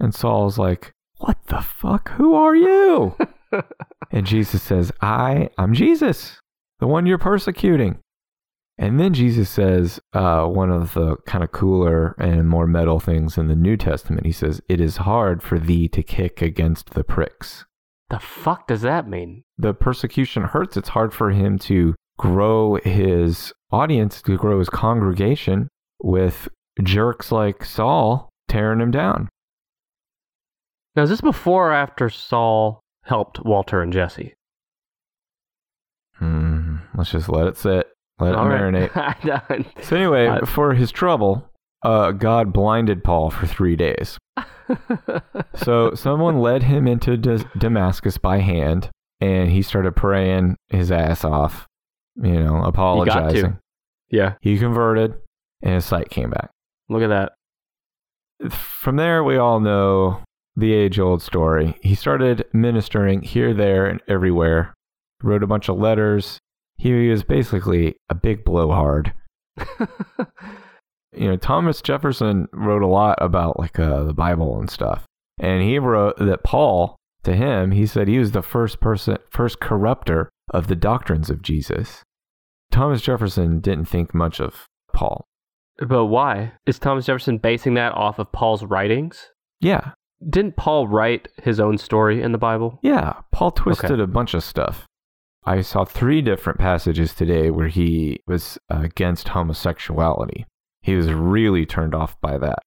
S2: And Saul's like, "What the fuck? Who are you?" and Jesus says, "I, I'm Jesus, the one you're persecuting." And then Jesus says uh, one of the kind of cooler and more metal things in the New Testament. He says, It is hard for thee to kick against the pricks.
S1: The fuck does that mean?
S2: The persecution hurts. It's hard for him to grow his audience, to grow his congregation with jerks like Saul tearing him down.
S1: Now, is this before or after Saul helped Walter and Jesse?
S2: Hmm, let's just let it sit, let
S1: All
S2: it
S1: right.
S2: marinate.
S1: I know.
S2: So, anyway,
S1: Uh,
S2: for his trouble, uh, God blinded Paul for three days. so someone led him into Dis- Damascus by hand, and he started praying his ass off, you know, apologizing.
S1: yeah,
S2: He, converted, and his sight came back.
S1: look at that.
S2: From there, we all know the age old story. He started ministering here, there, and everywhere, wrote a bunch of letters. He was basically a big blowhard. you know thomas jefferson wrote a lot about like uh, the bible and stuff and he wrote that paul to him he said he was the first person first corrupter of the doctrines of jesus thomas jefferson didn't think much of paul
S1: But why? Is Thomas Jefferson basing that off of Paul's writings?
S2: yeah
S1: Didn't Paul write his own story in the Bible?
S2: yeah paul twisted a bunch of stuff i saw three different passages today where he was uh, against homosexuality he was really turned off by that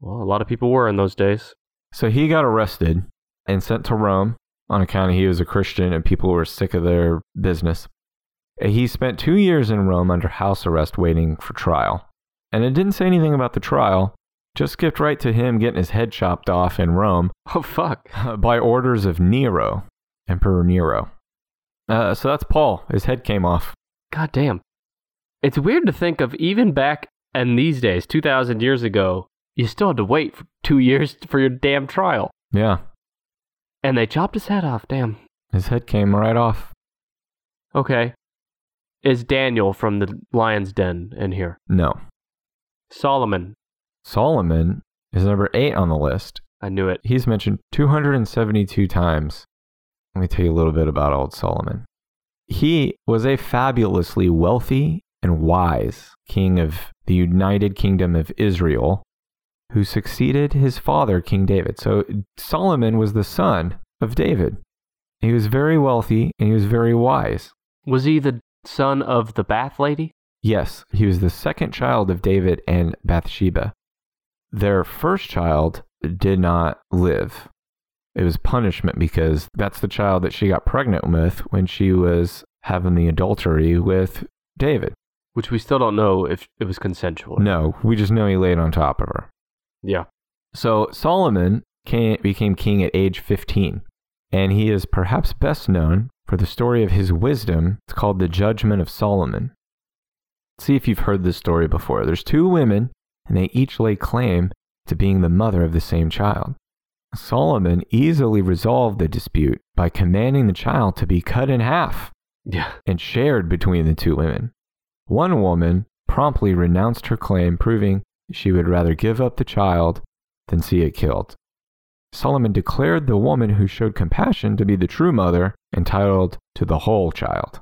S1: Well, a lot of people were in those days.
S2: So he got arrested and sent to Rome on account of he was a Christian and people were sick of their business. And He spent two years in Rome under house arrest waiting for trial. And it didn't say anything about the trial, just skipped right to him getting his head chopped off in Rome
S1: Oh, fuck.
S2: by orders of Nero, Emperor Nero. Uh, so that's Paul. His head came off.
S1: God damn. It's weird to think of even back and these days, 2,000 years ago, you still had to wait for two years for your damn trial.
S2: Yeah,
S1: And they chopped his head off, damn.
S2: his head came right off.
S1: Okay. Is Daniel from the lion's den in here?
S2: No.
S1: Solomon.
S2: Solomon is number eight on the list.
S1: I knew it.
S2: He's mentioned 272 times. Let me tell you a little bit about old Solomon. He was a fabulously wealthy and wise king of the United Kingdom of Israel who succeeded his father, King David. So Solomon was the son of David. He was very wealthy and he was very wise.
S1: Was he the son of the bath lady?
S2: Yes, he was the second child of David and Bathsheba. Their first child did not live. It was punishment because that's the child that she got pregnant with when she was having the adultery with David.
S1: Which we still don't know if it was consensual.
S2: No, we just know he laid on top of her.
S1: Yeah.
S2: So Solomon came, became king at age 15, and he is perhaps best known for the story of his wisdom. It's called the Judgment of Solomon. See if you've heard this story before. There's two women, and they each lay claim to being the mother of the same child. Solomon easily resolved the dispute by commanding the child to be cut in half
S1: Yeah.
S2: and shared between the two women. One woman promptly renounced her claim, proving she would rather give up the child than see it killed. Solomon declared the woman who showed compassion to be the true mother, entitled to the whole child.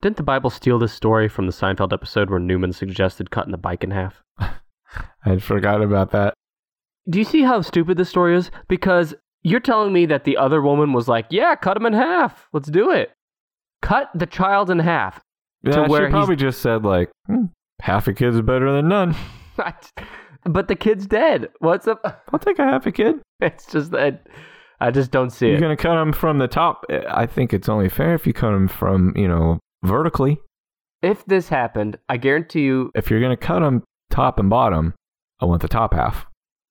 S1: Didn't the Bible steal this story from the Seinfeld episode where Newman suggested cutting the bike in half?
S2: I had forgot about that.
S1: Do you see how stupid this story is? Because you're telling me that the other woman was like, yeah, cut him in half. Let's do it. Cut the child in half. To
S2: Yeah,
S1: where
S2: she
S1: he's-
S2: probably just said like, "Hmm, half a kid's better than none.
S1: but the kid's dead. What's up?
S2: I'll take a half a kid.
S1: It's just that I just don't see
S2: You're
S1: it.
S2: gonna cut him from the top. I think it's only fair if you cut him from, you know, vertically.
S1: If this happened, I guarantee you,
S2: if you're going to cut them top and bottom, I want the top half.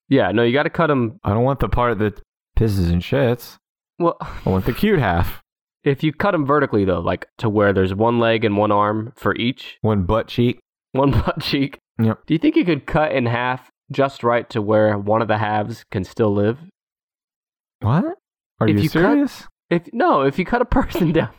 S1: Yeah, no, you got to cut them.
S2: I don't want the part that pisses and shits.
S1: Well,
S2: I want the cute half.
S1: if you cut them vertically though, like to where there's one leg and one arm for each,
S2: One butt cheek.
S1: one butt cheek.
S2: Yep.
S1: Do you think you could cut in half just right to where one of the halves can still live?
S2: What? Are
S1: If
S2: you,
S1: you cut-
S2: serious?
S1: If no, if you cut a person down,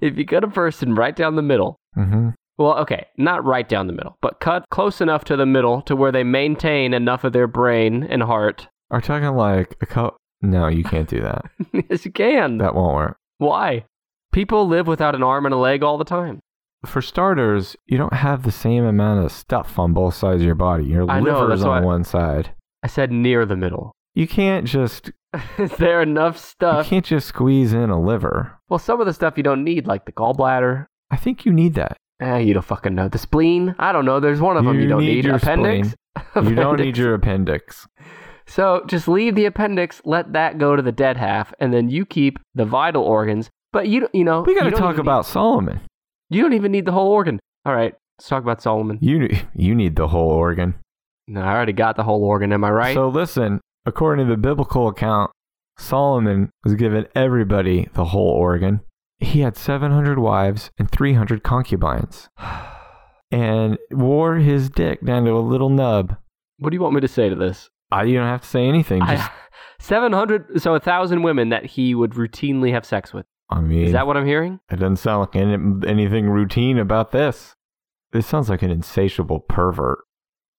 S1: if you cut a person right down the middle,
S2: Mm-hmm.
S1: Well, okay, not right down the middle, but cut close enough to the middle to where they maintain enough of their brain and heart.
S2: Are you talking like a co? No, you can't do that.
S1: yes, you can.
S2: that won't work.
S1: Why? People live without an arm and a leg all the time.
S2: For starters, you don't have the same amount of stuff on both sides of your body. Your
S1: I know,
S2: liver's
S1: that's
S2: on
S1: why-
S2: one side.
S1: I said near the middle.
S2: You can't just
S1: Is there enough
S2: you
S1: stuff?
S2: can't just squeeze in a liver.
S1: Well, some of the stuff you don't need, like the gallbladder.
S2: I think you need that.
S1: Eh, you don't fucking know. The spleen. I don't know. There's one of them
S2: You
S1: you don't
S2: need
S1: need.
S2: your
S1: appendix.
S2: You don't
S1: Appendix.
S2: need your appendix.
S1: So just leave the appendix. Let that go to the dead half, and then you keep the vital organs. But you, don't- you know,
S2: We got
S1: you
S2: to
S1: don't
S2: talk
S1: even need-
S2: about Solomon.
S1: You don't even need the whole organ. All right, let's talk about Solomon.
S2: You you need the whole organ.
S1: No, I already got the whole organ, am I right?
S2: So listen, according to the biblical account, Solomon was giving everybody the whole organ. He had 700 wives and 300 concubines and wore his dick down to a little nub.
S1: what do you want me to say to this?
S2: I, you don't have to say anything.
S1: I-
S2: Just,
S1: 700, so 1,000 women that he would routinely have sex with.
S2: I, mean,
S1: Is that what I'm hearing?
S2: it doesn't sound like any, anything routine about this. This sounds like an insatiable pervert.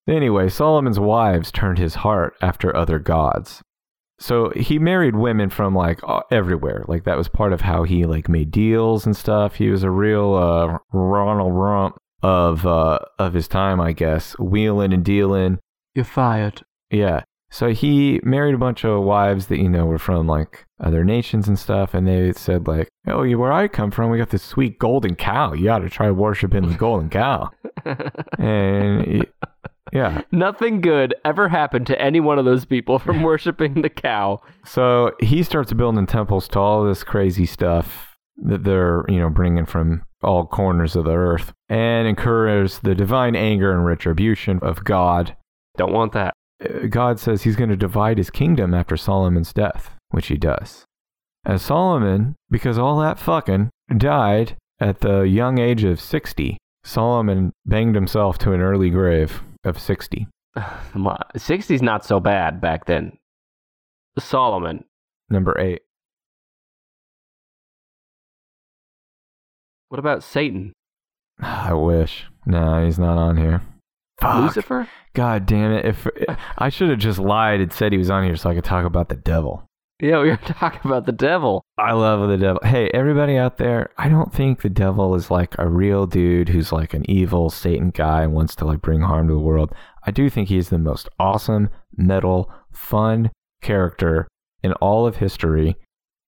S2: Anyway, Solomon's wives turned his heart after other gods. So he married women from like uh, everywhere. Like that was part of how he like made deals and stuff. He was a real uh, Ronald Rump of uh, of his time, I guess, wheeling and dealing.
S1: You're fired.
S2: Yeah. So he married a bunch of wives that you know were from like other nations and stuff, and they said like, "Oh, you where I come from, we got this sweet golden cow. You ought to try worshiping the golden cow." and y- yeah,
S1: Nothing good ever happened to any one of those people from worshiping the cow.
S2: so he starts building temples to all this crazy stuff that they're you know bringing from all corners of the earth, and incurs the divine anger and retribution of God.
S1: Don't want that.
S2: uh, God says he's going to divide his kingdom after Solomon's death, which he does. And Solomon, because all that fucking, died at the young age of 60. Solomon banged himself to an early grave of 60.
S1: Come on. 60's not so bad back then. Solomon.
S2: Number eight.
S1: What about Satan?
S2: I wish. Nah, he's not on here. Fuck.
S1: Lucifer?
S2: God damn it. If I should have just lied and said he was on here so I could talk about the devil.
S1: Yeah, we were talking about the devil.
S2: I love the devil. Hey, everybody out there, I don't think the devil is like a real dude who's like an evil Satan guy and wants to like bring harm to the world. I do think he's the most awesome, metal, fun character in all of history,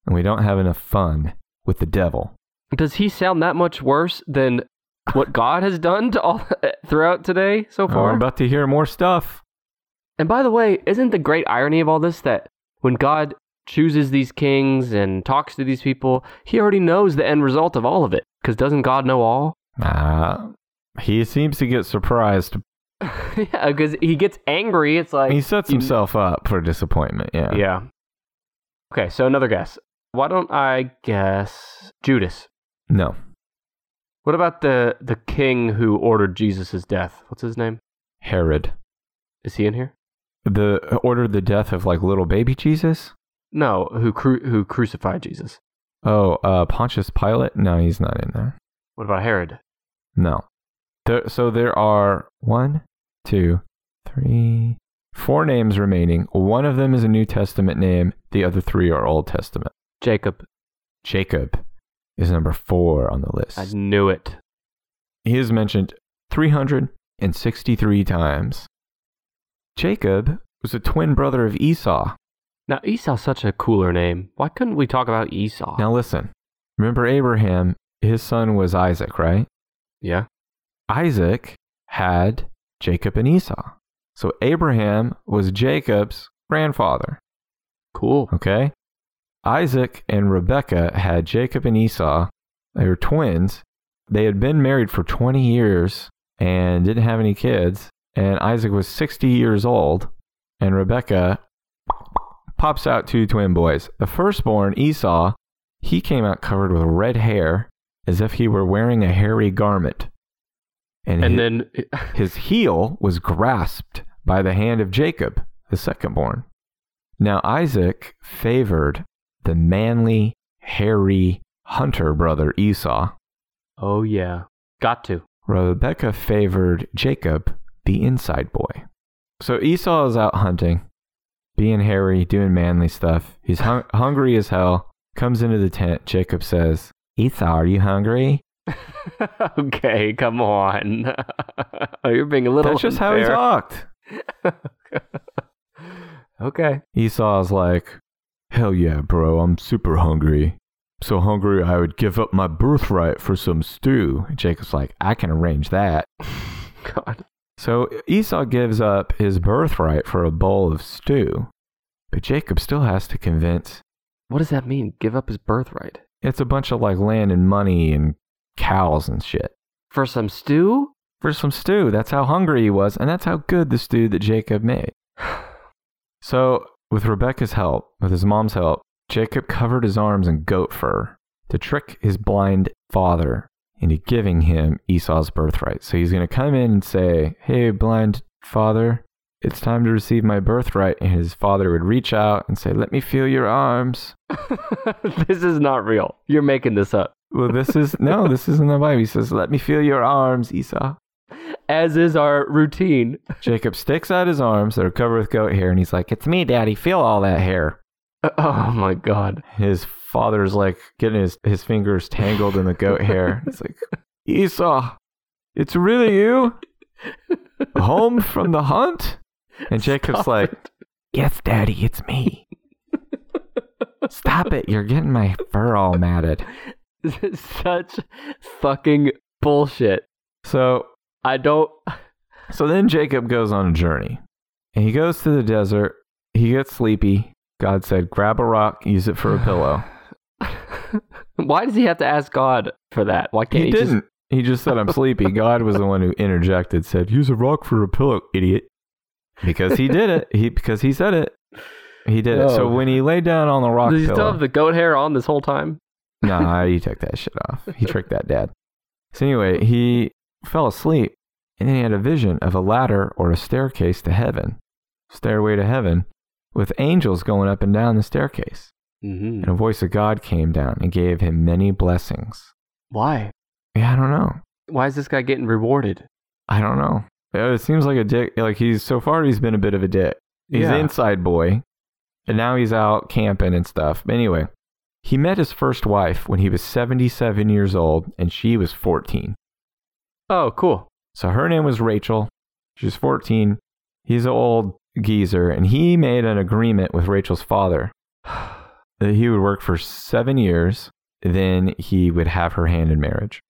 S2: and we don't have enough fun with the devil.
S1: Does he sound that much worse than what God has done to all throughout today so
S2: Oh,
S1: far?
S2: I'm about to hear more stuff.
S1: and by the way, isn't the great irony of all this that when God chooses these kings and talks to these people, he already knows the end result of all of it? Because doesn't God know all?
S2: Uh, he seems to get surprised.
S1: yeah, because he gets angry. It's like
S2: He sets
S1: you-
S2: himself up for disappointment. Yeah.
S1: Yeah. Okay, so another guess. Why don't I guess Judas?
S2: No.
S1: What about the the king who ordered Jesus' death? What's his name?
S2: Herod.
S1: Is he in here?
S2: The ordered the death of like little baby Jesus?
S1: No, who cru- who crucified Jesus?
S2: Oh, uh, Pontius Pilate? No, he's not in there.
S1: What about Herod?
S2: No. There, so there are one, two, three, four names remaining. One of them is a New Testament name. The other three are Old Testament.
S1: Jacob.
S2: Jacob is number four on the
S1: I
S2: list.
S1: knew it.
S2: He is mentioned 363 times. Jacob was a twin brother of Esau.
S1: Now Esau's such a cooler name. Why couldn't we talk about Esau?
S2: Now listen, remember Abraham? His son was Isaac, right?
S1: Yeah.
S2: Isaac had Jacob and Esau. So Abraham was Jacob's grandfather.
S1: Cool.
S2: Okay. Isaac and Rebekah had Jacob and Esau. They were twins. They had been married for 20 years and didn't have any kids. And Isaac was 60 years old and Rebecca pops out two twin boys. The firstborn, Esau, he came out covered with red hair as if he were wearing a hairy garment. And,
S1: And
S2: his,
S1: then
S2: his heel was grasped by the hand of Jacob, the secondborn. Now Isaac favored the manly, hairy hunter brother Esau.
S1: oh yeah, got to.
S2: Rebecca favored Jacob, the inside boy. So Esau is out hunting, being hairy, doing manly stuff. He's hung- hungry as hell. Comes into the tent. Jacob says, Esau, are you hungry?
S1: okay, come on. Oh, You're being a little.
S2: That's just how he
S1: unfair.
S2: talked.
S1: Okay.
S2: Esau's like, Hell yeah, bro, I'm super hungry. So hungry I would give up my birthright for some stew. And Jacob's like, I can arrange that.
S1: God.
S2: So Esau gives up his birthright for a bowl of stew, but Jacob still has to convince
S1: What does that mean? Give up his birthright
S2: it's a bunch of like land and money and cows and shit.
S1: for some stew?
S2: For some stew, that's how hungry he was, and that's how good the stew that Jacob made. So, with Rebecca's help, with his mom's help, Jacob covered his arms in goat fur to trick his blind father into giving him Esau's birthright. So, he's going to come in and say, Hey, blind father, it's time to receive my birthright. And his father would reach out and say, Let me feel your arms.
S1: this is not real. You're making this up.
S2: Well, this is no, this isn't the Bible. He says, Let me feel your arms, Esau.
S1: As is our routine.
S2: Jacob sticks out his arms that are covered with goat hair and he's like, It's me, Daddy. Feel all that hair.
S1: Oh my god.
S2: His father's like getting his, his fingers tangled in the goat hair. It's like, Esau, it's really you? Home from the hunt? And Jacob's
S1: Stop
S2: like,
S1: it.
S2: Yes, Daddy, it's me. Stop it. You're getting my fur all matted.
S1: This is such fucking bullshit.
S2: So
S1: I don't.
S2: So then Jacob goes on a journey. And he goes to the desert. He gets sleepy. God said, Grab a rock, use it for a pillow.
S1: Why does he have to ask God for that? Why can't
S2: he
S1: he, just-
S2: didn't. He just said, I'm sleepy. God was the one who interjected, said, Use a rock for a pillow, idiot. Because he did it. He because he said it. He did it. So
S1: Oh.
S2: when he lay down on the rock
S1: Does he still
S2: pillow,
S1: have the goat hair on this whole time?
S2: nah, he took that shit off. He tricked that dad. So anyway, he fell asleep and then he had a vision of a ladder or a staircase to heaven, stairway to heaven, with angels going up and down the staircase.
S1: Mm-hmm.
S2: And a voice of God came down and gave him many blessings.
S1: Why?
S2: Yeah, I don't know.
S1: Why is this guy getting rewarded?
S2: I don't know. It seems like a dick. Like he's so far, he's been a bit of a dick. He's
S1: Yeah.
S2: an inside boy, and now he's out camping and stuff. But anyway, he met his first wife when he was 77 years old, and she was 14.
S1: Oh, cool.
S2: So her name was Rachel. She was 14. He's an old geezer, and he made an agreement with Rachel's father that he would work for seven years, then he would have her hand in marriage.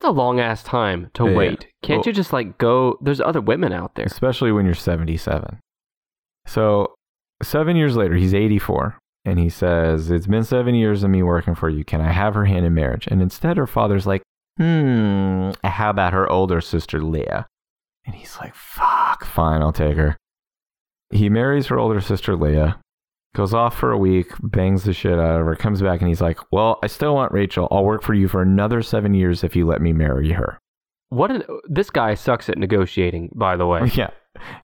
S1: It's a long ass time to
S2: Yeah.
S1: wait. Can't
S2: Well-
S1: you just like go? There's other women out there.
S2: especially when you're 77. So, seven years later, he's 84, and he says, It's been seven years of me working for you. Can I have her hand in marriage? And instead, her father's like, Hmm, how about her older sister, Leah? And he's like, Fuck, fine, I'll take her. He marries her older sister, Leah, goes off for a week, bangs the shit out of her, comes back, and he's like, Well, I still want Rachel. I'll work for you for another seven years if you let me marry her.
S1: What? An, this guy sucks at negotiating. By the way,
S2: Yeah.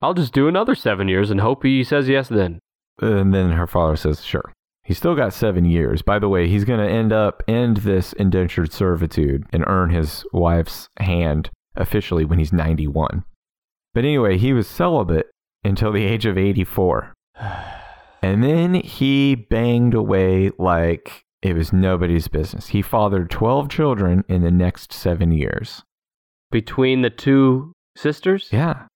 S1: I'll just do another seven years and hope he says yes. Then
S2: And then her father says, sure. He's still got seven years. By the way, he's going to end up end this indentured servitude and earn his wife's hand officially when he's 91. But anyway, he was celibate until the age of 84. And then he banged away like it was nobody's business. He fathered 12 children in the next seven years.
S1: between the two sisters.
S2: Yeah.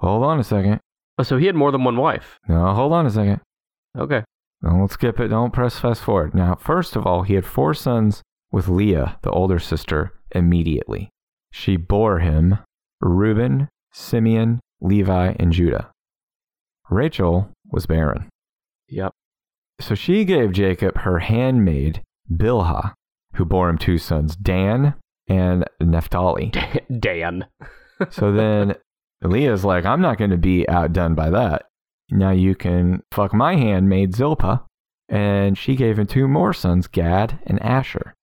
S2: Hold on a second.
S1: Oh, so he had more than one wife.
S2: No, hold on a second.
S1: Okay.
S2: Don't skip it. Don't press fast forward. Now, first of all, he had four sons with Leah, the older sister, immediately. She bore him Reuben, Simeon, Levi, and Judah. Rachel was barren.
S1: Yep.
S2: So she gave Jacob her handmaid, Bilhah, who bore him two sons, Dan and Naphtali.
S1: Dan.
S2: so then Leah's like, I'm not going to be outdone by that. Now you can fuck my handmaid Zilpah. And she gave him two more sons, Gad and Asher.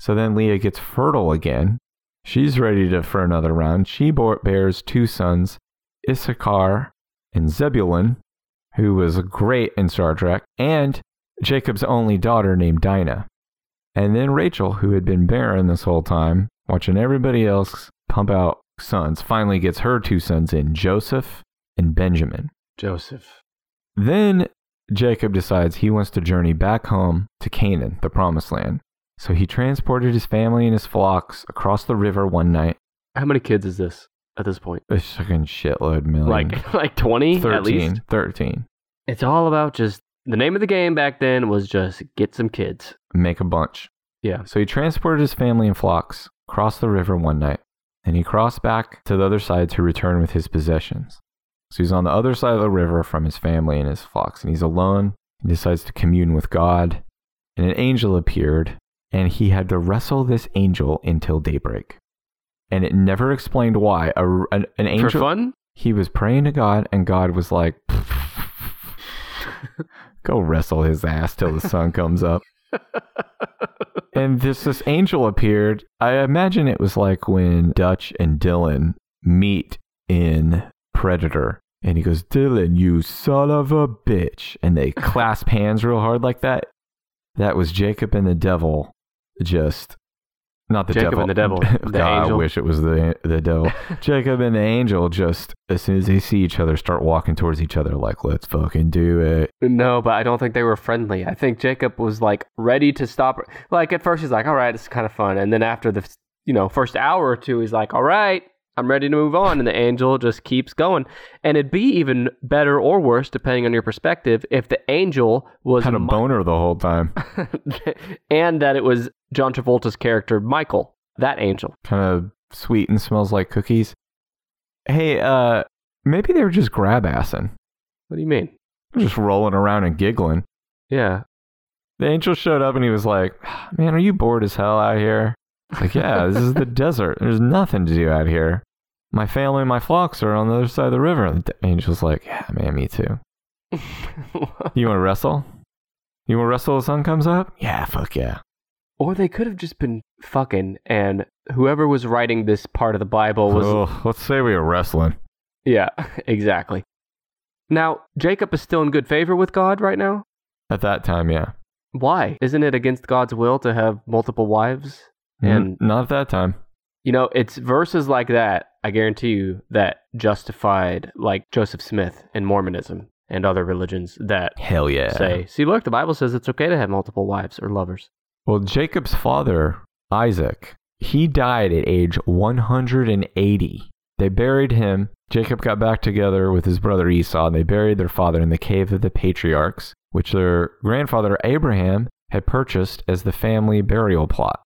S2: So then Leah gets fertile again. She's ready to for another round. She bore, bears two sons, Issachar and Zebulun, who was great in Star Trek, and Jacob's only daughter named Dinah. And then Rachel, who had been barren this whole time, watching everybody else pump out sons, finally gets her two sons in, Joseph and Benjamin.
S1: Joseph.
S2: Then Jacob decides he wants to journey back home to Canaan, the promised land. So he transported his family and his flocks across the river one night.
S1: How many kids is this at this point?
S2: A fucking shitload million.
S1: Like like 20 at least.
S2: 13, 13.
S1: It's all about just the name of the game back then was just get some kids.
S2: Make a bunch.
S1: Yeah.
S2: So he transported his family and flocks across the river one night, and he crossed back to the other side to return with his possessions. So he's on the other side of the river from his family and his flocks, and he's alone. He decides to commune with God, and an angel appeared, and he had to wrestle this angel until daybreak. And it never explained why. A, an, an angel,
S1: For fun?
S2: he was praying to God, and God was like, "Go wrestle his ass till the sun comes up." and this this angel appeared. I imagine it was like when Dutch and Dylan meet in Predator, and he goes, "Dylan, you son of a bitch," and they clasp hands real hard like that. That was Jacob and the devil, just not the
S1: Jacob
S2: devil
S1: and the devil. The
S2: God, I
S1: angel.
S2: wish it was the the devil. Jacob and the angel just as soon as they see each other start walking towards each other like let's fucking do it.
S1: No, but I don't think they were friendly. I think Jacob was like ready to stop. her. Like at first he's like, "All right, it's kind of fun," and then after the you know first hour or two, he's like, "All right, I'm ready to move on." And the angel just keeps going. And it'd be even better or worse depending on your perspective if the angel was
S2: Had a
S1: Mi-
S2: boner the whole time.
S1: and that it was John Travolta's character Michael, that angel.
S2: kind of sweet and smells like cookies. Hey, uh maybe they were just grab assing.
S1: What do you mean?
S2: They're just rolling around and giggling.
S1: Yeah,
S2: The angel showed up and he was like, "Ah, Man, are you bored as hell out here? It's like, yeah, this is the desert. There's nothing to do out here. My family and my flocks are on the other side of the river. And the angel's like, Yeah, man, me too. You want to wrestle? You want to wrestle? till The sun comes up. Yeah, fuck yeah.
S1: or they could have just been fucking, and whoever was writing this part of the Bible was
S2: Oh, let's say we were wrestling.
S1: Yeah, exactly. Now, Jacob is still in good favor with God right now?
S2: At that time, yeah.
S1: Why? Isn't it against God's will to have multiple wives?
S2: And
S1: And-
S2: not at that time.
S1: You know, it's verses like that, I guarantee you, that justified like Joseph Smith and Mormonism and other religions that
S2: Hell yeah.
S1: say, see, look, the Bible says it's okay to have multiple wives or lovers.
S2: Well, Jacob's father, Isaac, he died at age 180. They buried him. Jacob got back together with his brother Esau, and they buried their father in the cave of the patriarchs, which their grandfather Abraham had purchased as the family burial plot.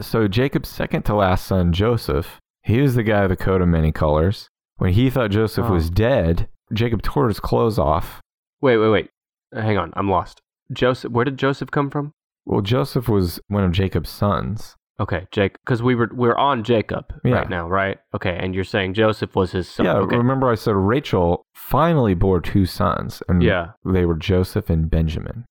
S2: So Jacob's second to last son, Joseph, he was the guy with the coat of many colors. When he thought Joseph
S1: Oh.
S2: was dead, Jacob tore his clothes off.
S1: Wait, wait, wait. Uh, Hang on, I'm lost. Joseph, where did Joseph come from?
S2: Well, Joseph was one of Jacob's sons.
S1: Okay, Jake, because we were we're on Jacob
S2: Yeah.
S1: right now, right? Okay, and you're saying Joseph was his son.
S2: yeah,
S1: okay.
S2: remember I said Rachel finally bore two sons, and
S1: Yeah,
S2: they were Joseph and Benjamin.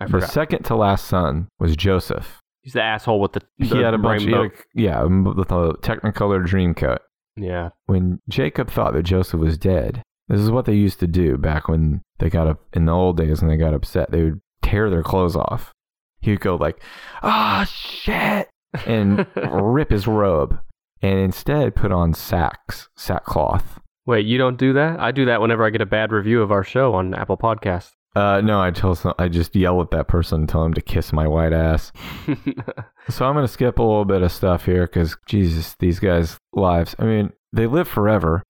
S1: I
S2: The
S1: forgot.
S2: second to last son was Joseph.
S1: He's the asshole with the,
S2: He
S1: the
S2: had a bunch, he had
S1: rainbow.
S2: a, yeah, with a Technicolor dream coat.
S1: yeah.
S2: When Jacob thought that Joseph was dead, this is what they used to do back when they got up in the old days when they got upset. They would tear their clothes off. He would go like, "Ah, shit," and rip his robe, and instead put on sacks, sackcloth.
S1: Wait, you don't do that? I do that whenever I get a bad review of our show on Apple Podcast.
S2: Uh, no, I tell some, I just yell at that person and tell him to kiss my white ass. So I'm gonna skip a little bit of stuff here because Jesus, these guys' lives. I mean, they live forever.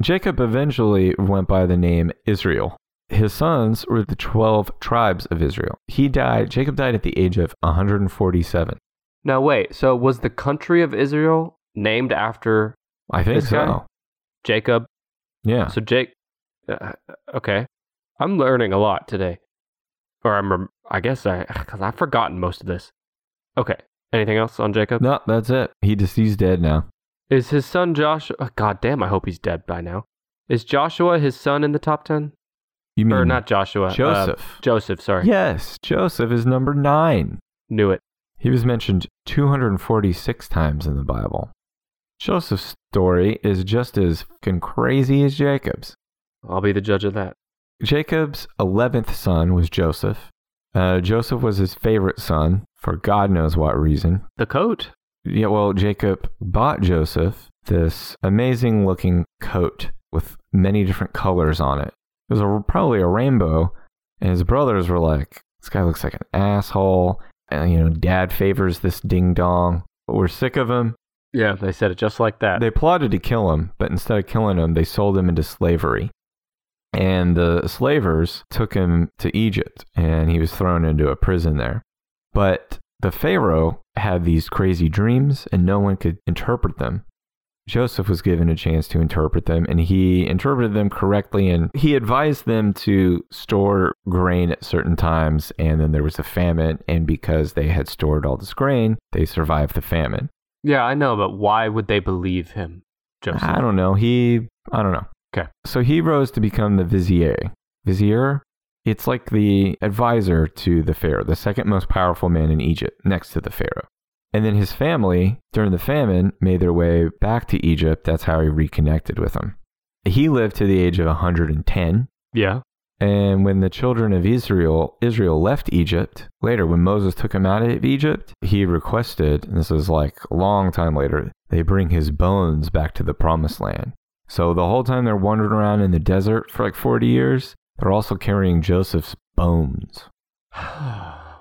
S2: Jacob eventually went by the name Israel. His sons were the twelve tribes of Israel. He died. Jacob died at the age of 147.
S1: now wait, so was the country of Israel named after
S2: I think
S1: This
S2: so.
S1: guy? Jacob?
S2: Yeah.
S1: So Jake, uh, okay, I'm learning a lot today, or I'm rem- I guess I because I've forgotten most of this. Okay, anything else on Jacob?
S2: No, that's it. He just he's dead now.
S1: Is his uh, son Joshua? God damn, I hope he's dead by now. Is Joshua his son in the top ten?
S2: You mean
S1: or not Joshua. uh,
S2: Joseph?
S1: Joseph, sorry.
S2: yes, Joseph is number nine.
S1: Knew it.
S2: He was mentioned 246 times in the Bible. Joseph's story is just as fucking crazy as Jacob's.
S1: I'll be the judge of that.
S2: Jacob's 11th son was Joseph. Uh, Joseph was his favorite son for God knows what reason.
S1: The coat.
S2: Yeah, well, Jacob bought Joseph this amazing looking coat with many different colors on it. It was a, probably a rainbow, and his brothers were like, This guy looks like an asshole. And, you know, dad favors this ding dong. We're sick of him.
S1: Yeah, they said it just like that.
S2: They plotted to kill him, but instead of killing him, they sold him into slavery. And the slavers took him to Egypt, and he was thrown into a prison there. But the Pharaoh had these crazy dreams, and no one could interpret them. Joseph was given a chance to interpret them, and he interpreted them correctly. And he advised them to store grain at certain times, and then there was a famine. And because they had stored all this grain, they survived the famine.
S1: yeah, I know, but why would they believe him, Joseph?
S2: I don't know. He, I don't know.
S1: Okay.
S2: So he rose to become the vizier. Vizier? It's like the advisor to the pharaoh, the second most powerful man in Egypt, next to the pharaoh. And then his family, during the famine, made their way back to Egypt. That's how he reconnected with them. He lived to the age of 110.
S1: yeah.
S2: And when the children of Israel, Israel left Egypt, later when Moses took him out of Egypt, he requested, and this is like a long time later, they bring his bones back to the promised land. So the whole time they're wandering around in the desert for like 40 years, they're also carrying Joseph's bones.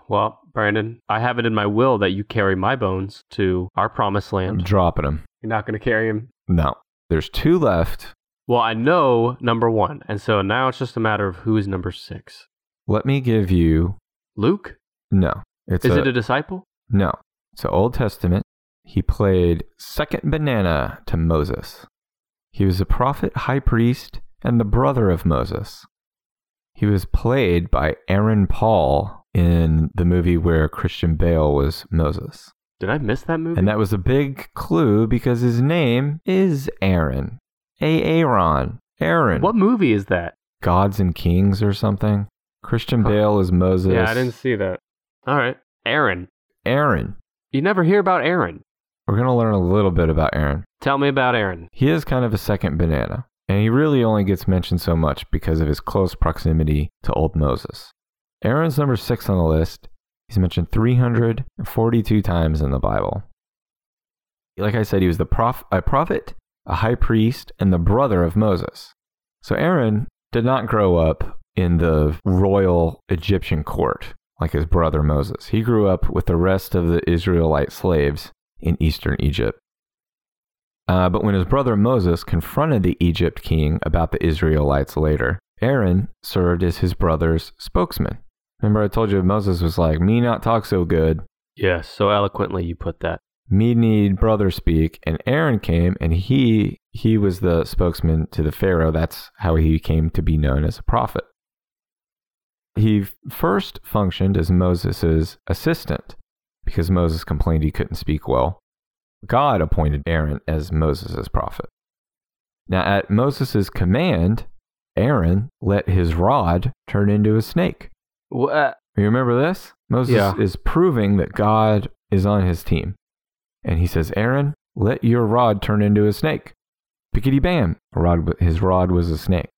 S1: well, Brandon, I have it in my will that you carry my bones to our promised land.
S2: Dropping them.
S1: You're not going to carry him.
S2: No. There's two left.
S1: Well, I know number one, and so now it's just a matter of who is number six.
S2: Let me give you.
S1: Luke?
S2: No. It's
S1: is
S2: a,
S1: it a disciple?
S2: No. So Old Testament, he played second banana to Moses. He was a prophet, high priest, and the brother of Moses. He was played by Aaron Paul in the movie where Christian Bale was Moses.
S1: Did I miss that movie?
S2: And that was a big clue because his name is Aaron. Aaron. Aaron.
S1: what movie is that?
S2: Gods and Kings or something. Christian
S1: Huh.
S2: Bale is Moses.
S1: Yeah, I didn't see that. All right. Aaron.
S2: Aaron.
S1: You never hear about Aaron.
S2: We're going to learn a little bit about Aaron.
S1: Tell me about Aaron.
S2: He is kind of a second banana, and he really only gets mentioned so much because of his close proximity to old Moses. Aaron's number six on the list. He's mentioned 342 times in the Bible. Like I said, he was the prof- a prophet, a high priest, and the brother of Moses. So Aaron did not grow up in the royal Egyptian court like his brother Moses. He grew up with the rest of the Israelite slaves in eastern Egypt. Uh, but when his brother Moses confronted the Egypt king about the Israelites later, Aaron served as his brother's spokesman. Remember, I told you Moses was like, Me not talk so good,
S1: Yes, so eloquently you put that.
S2: me need brother speak. And Aaron came and he, he was the spokesman to the Pharaoh. That's how he came to be known as a prophet. He first functioned as Moses' assistant because Moses complained he couldn't speak well. God appointed Aaron as Moses' prophet. Now, at Moses' command, Aaron let his rod turn into a snake.
S1: Wha uh,
S2: You remember this? Moses
S1: Yeah.
S2: is proving that God is on his team. And he says, Aaron, let your rod turn into a snake. Pickety bam. A Rod, wa- his rod was a snake.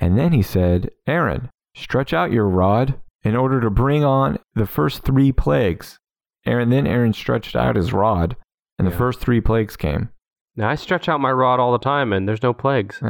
S2: And then he said, Aaron, stretch out your rod in order to bring on the first three plagues. Aaron, then Aaron stretched out his rod, and the
S1: Yeah.
S2: first three plagues came.
S1: now I stretch out my rod all the time and there's no plagues.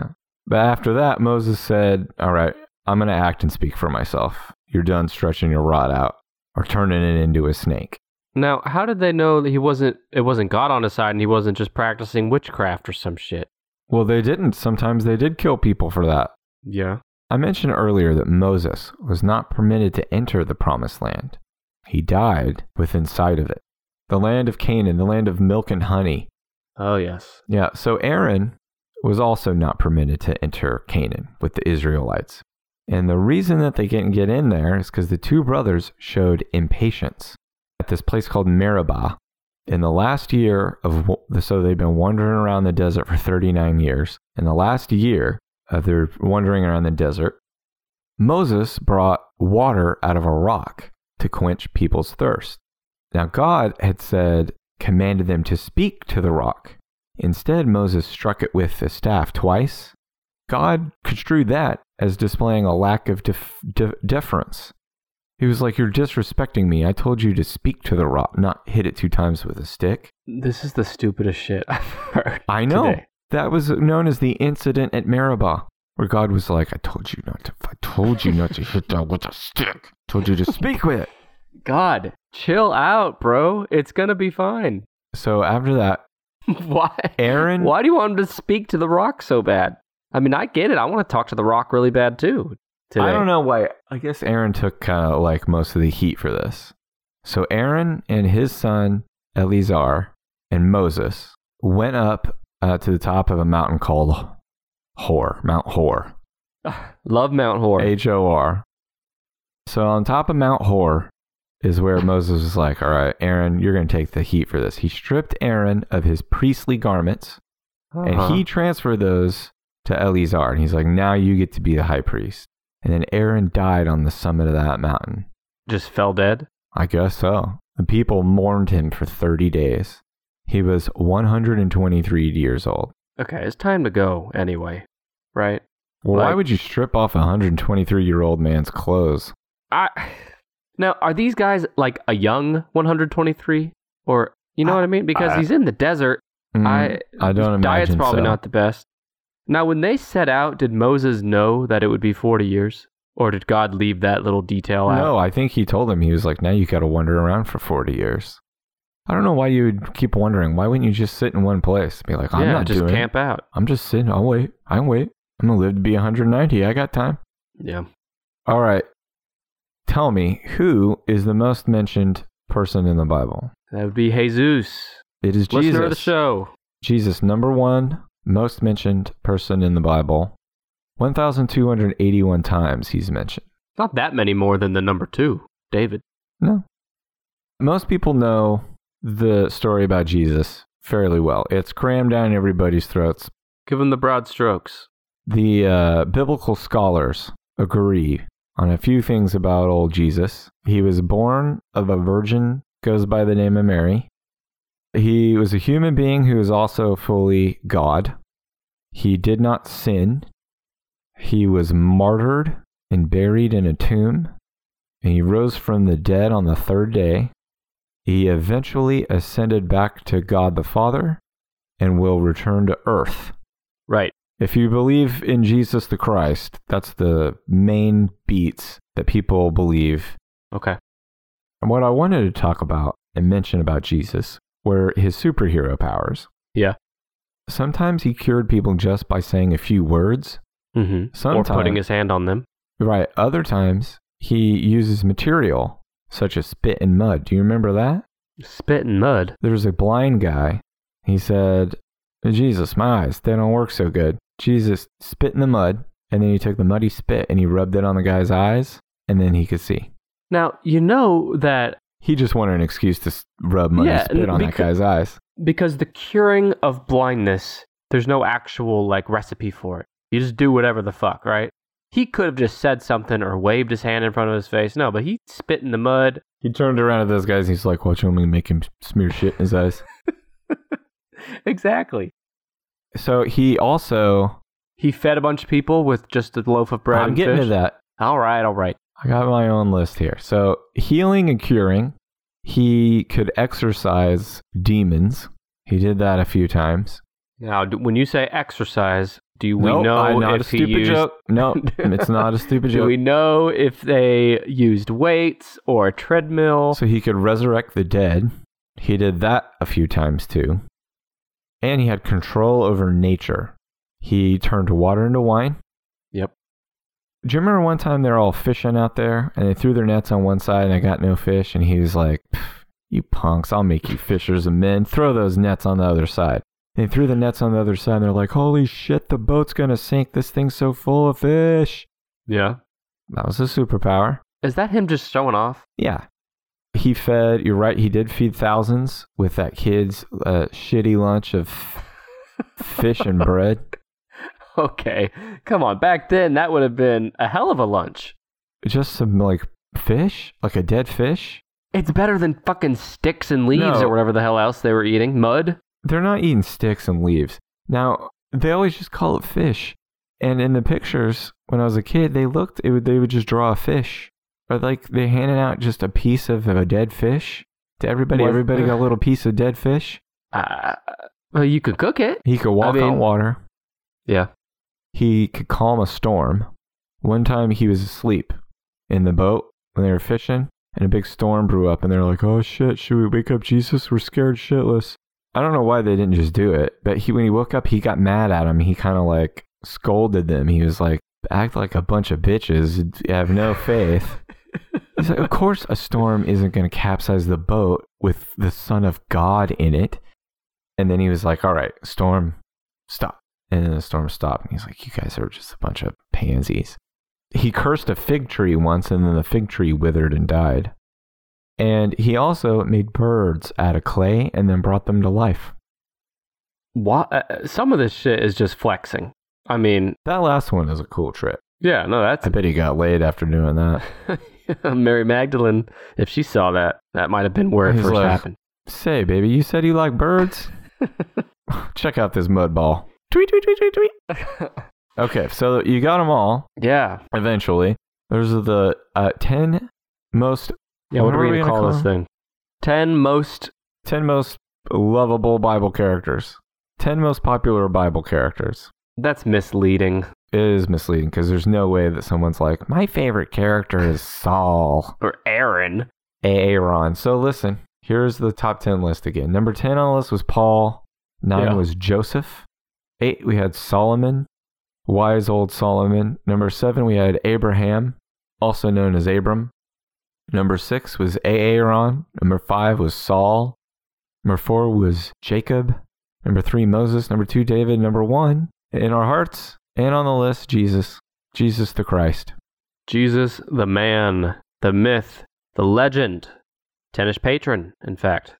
S2: But after that, Moses said, All right, I'm going to act and speak for myself. You're done stretching your rod out or turning it into a snake.
S1: Now, how did they know that he wasn't it wasn't God on his side and he wasn't just practicing witchcraft or some shit?
S2: Well, they didn't. Sometimes they did kill people for that.
S1: Yeah.
S2: I mentioned earlier that Moses was not permitted to enter the promised land. He died within sight of it. The land of Canaan, the land of milk and honey.
S1: Oh yes.
S2: Yeah, so Aaron was also not permitted to enter Canaan with the Israelites. And the reason that they didn't get in there is because the two brothers showed impatience at this place called Meribah. In the last year of, wa- so they've been wandering around the uh, desert for 39 years. In the last year of their wandering around the desert, Moses brought water out of a rock to quench people's thirst. Now, God had said, commanded them to speak to the rock. Instead, Moses struck it with the staff twice. God construed that as displaying a lack of def- de- deference. He was like, You're disrespecting me. I told you to speak to the rock, not hit it two times with a stick.
S1: This is the stupidest shit I've heard.
S2: I know.
S1: today.
S2: That was known as the incident at Meribah, where God was like, I told you not to, I told you not to hit that with a stick. told you to speak with it.
S1: God, chill out, bro. It's gonna be fine.
S2: So after that,
S1: Why?
S2: Aaron
S1: Why do you want him to speak to the rock so bad? I mean, I get it. I want to talk to the rock really bad too. Today.
S2: I don't know why. I guess Aaron took kind of like most of the heat for this. So Aaron and his son Eleazar and Moses went up uh, to the top of a mountain called Hor, Mount Hor,
S1: Love Mount Hor.
S2: H O R. So on top of Mount Hor is where Moses was like, "All right, Aaron, you're going to take the heat for this." He stripped Aaron of his priestly garments
S1: Uh-huh.
S2: and he transferred those to Eleazar. And he's like, now you get to be the high priest. And then Aaron died on the summit of that mountain.
S1: just fell dead.
S2: I guess so. The people mourned him for 30 days. He was 123 years old.
S1: Okay, it's time to go anyway, right?
S2: Well, why
S1: Like-
S2: would you strip off a 123 year old man's clothes?
S1: I now are these guys like a young 123 or you know what I mean? Because
S2: I-
S1: he's in the desert.
S2: Mm,
S1: I
S2: I don't
S1: his diet's
S2: imagine
S1: probably
S2: so.
S1: not the best. Now, when they set out, did Moses know that it would be 40 years, or did God leave that little detail out?
S2: No, I think he told him he was like, now you got to wander around for 40 years. I don't know why you would keep wondering. Why wouldn't you just sit in one place? Be like, I'm
S1: yeah,
S2: not
S1: just
S2: doing it.
S1: camp out.
S2: I'm just sitting. I'll wait. I can wait. I'm gonna live to be 190. I got time.
S1: Yeah,
S2: All right. Tell me, who is the most mentioned person in the Bible?
S1: that would be Jesus,
S2: It is Jesus.
S1: listener of the show.
S2: Jesus, number one most mentioned person in the Bible. 1,281 times he's mentioned.
S1: Not that many more than the number two, David.
S2: No. Most people know the story about Jesus fairly well. It's crammed down everybody's throats
S1: Give him the broad strokes.
S2: The uh, biblical scholars agree on a few things about old Jesus. He was born of a virgin, goes by the name of Mary. He was a human being who is also fully God. He did not sin. He was martyred and buried in a tomb. And he rose from the dead on the third day. He eventually ascended back to God the Father and will return to earth.
S1: Right.
S2: If you believe in Jesus the Christ, that's the main beats that people believe.
S1: Okay.
S2: And what I wanted to talk about and mention about Jesus were his superhero powers.
S1: Yeah.
S2: Sometimes he cured people just by saying a few words.
S1: Mm-hmm. Or
S2: Sometimes-
S1: putting his hand on them.
S2: Right. Other times he uses material such as spit and mud. Do you remember that?
S1: Spit and mud.
S2: There was a blind guy. He said, Jesus, my eyes, they don't work so good. Jesus spit in the mud, and then he took the muddy spit and he rubbed it on the guy's eyes, and then he could see.
S1: Now, you know that
S2: He just wanted an excuse to s- rub muddy
S1: Yeah,
S2: spit on that
S1: becau-
S2: guy's eyes.
S1: because the curing of blindness, there's no actual like recipe for it. You just do whatever the fuck, right? He could have just said something or waved his hand in front of his face. No, but he spit in the mud.
S2: He turned around at those guys and he's like, Watch, I'm going to make him smear shit in his eyes.
S1: Exactly.
S2: So he also.
S1: He fed a bunch of people with just a loaf of bread.
S2: I'm
S1: and
S2: getting
S1: fish.
S2: to that.
S1: All right, all right.
S2: I got my own list here. So healing and curing. He could exorcise demons. He did that a few times.
S1: Now, d- when you say exercise, do we
S2: Nope,
S1: know
S2: I- not
S1: if
S2: a stupid
S1: he used?
S2: joke. No, it's not a stupid
S1: Do
S2: joke.
S1: we know if they used weights or a treadmill?
S2: So he could resurrect the dead. He did that a few times too. And he had control over nature. He turned water into wine.
S1: Yep.
S2: Do you remember one time they were all fishing out there and they threw their nets on one side and I got no fish? And he was like, "Pff, You punks, I'll make you fishers of men. Throw those nets on the other side. And they threw the nets on the other side and they're like, Holy shit, the boat's going to sink. This thing's so full of fish.
S1: Yeah.
S2: That was a superpower.
S1: Is that him just showing off?
S2: Yeah. He fed, you're right, he did feed thousands with that kid's uh, shitty lunch of fish and bread.
S1: okay. Come on. Back then, that would have been a hell of a lunch.
S2: Just some like fish, like a dead fish.
S1: It's better than fucking sticks and leaves
S2: No.
S1: or whatever the hell else they were eating. Mud.
S2: They're not eating sticks and leaves. Now they always just call it fish. And in the pictures when I was a kid, they looked. It would, they would just draw a fish, or like they handed out just a piece of a dead fish to everybody.
S1: Was-
S2: everybody got a little piece of dead fish.
S1: Uh, well, you could cook it.
S2: He could walk
S1: mean-
S2: on water.
S1: Yeah.
S2: he could calm a storm. One time he was asleep in the boat when they were fishing, and a big storm brew up, and they're like, "Oh shit, should we wake up Jesus? We're scared shitless." I don't know why they didn't just do it, but he when he woke up, he got mad at him. He kind of like scolded them. He was like, "Act like a bunch of bitches. You Have no faith." He's like, "Of course, a storm isn't going to capsize the boat with the Son of God in it." And then he was like, "All right, storm, stop." And then the storm stopped, and he's like, You guys are just a bunch of pansies. He cursed a fig tree once, and then the fig tree withered and died. And he also made birds out of clay and then brought them to life.
S1: Why, uh, some of this shit is just flexing. I mean,
S2: That last one is a cool trip.
S1: yeah, no, that's
S2: I bet he got laid after doing that.
S1: Mary Magdalene. If she saw that, that might have been where it
S2: He's
S1: first
S2: like-
S1: happened.
S2: Say, baby, you said you like birds? Check out this mud ball. Tweet, tweet, tweet, tweet, tweet. Okay, so you got them all
S1: yeah.
S2: eventually. Those are the uh, 10 most
S1: Yeah. What,
S2: What
S1: are
S2: are
S1: we
S2: we
S1: gonna
S2: gonna
S1: call this
S2: call
S1: thing? Ten most.
S2: 10 most lovable Bible characters. 10 most popular Bible characters.
S1: That's misleading.
S2: It is misleading because there's no way that someone's like, my favorite character is Saul,
S1: Or Aaron.
S2: Aaron. So listen, here's the top 10 list again. Number 10 on the list was Paul. Nine
S1: Yeah.
S2: was Joseph. Eight, we had Solomon, wise old Solomon. Number seven, we had Abraham, also known as Abram. Number six was Aaron. Number five was Saul. Number four was Jacob. Number three, Moses. Number two, David. Number one, in our hearts and on the list, Jesus, Jesus the Christ.
S1: Jesus, the man, the myth, the legend, tennis patron. In fact,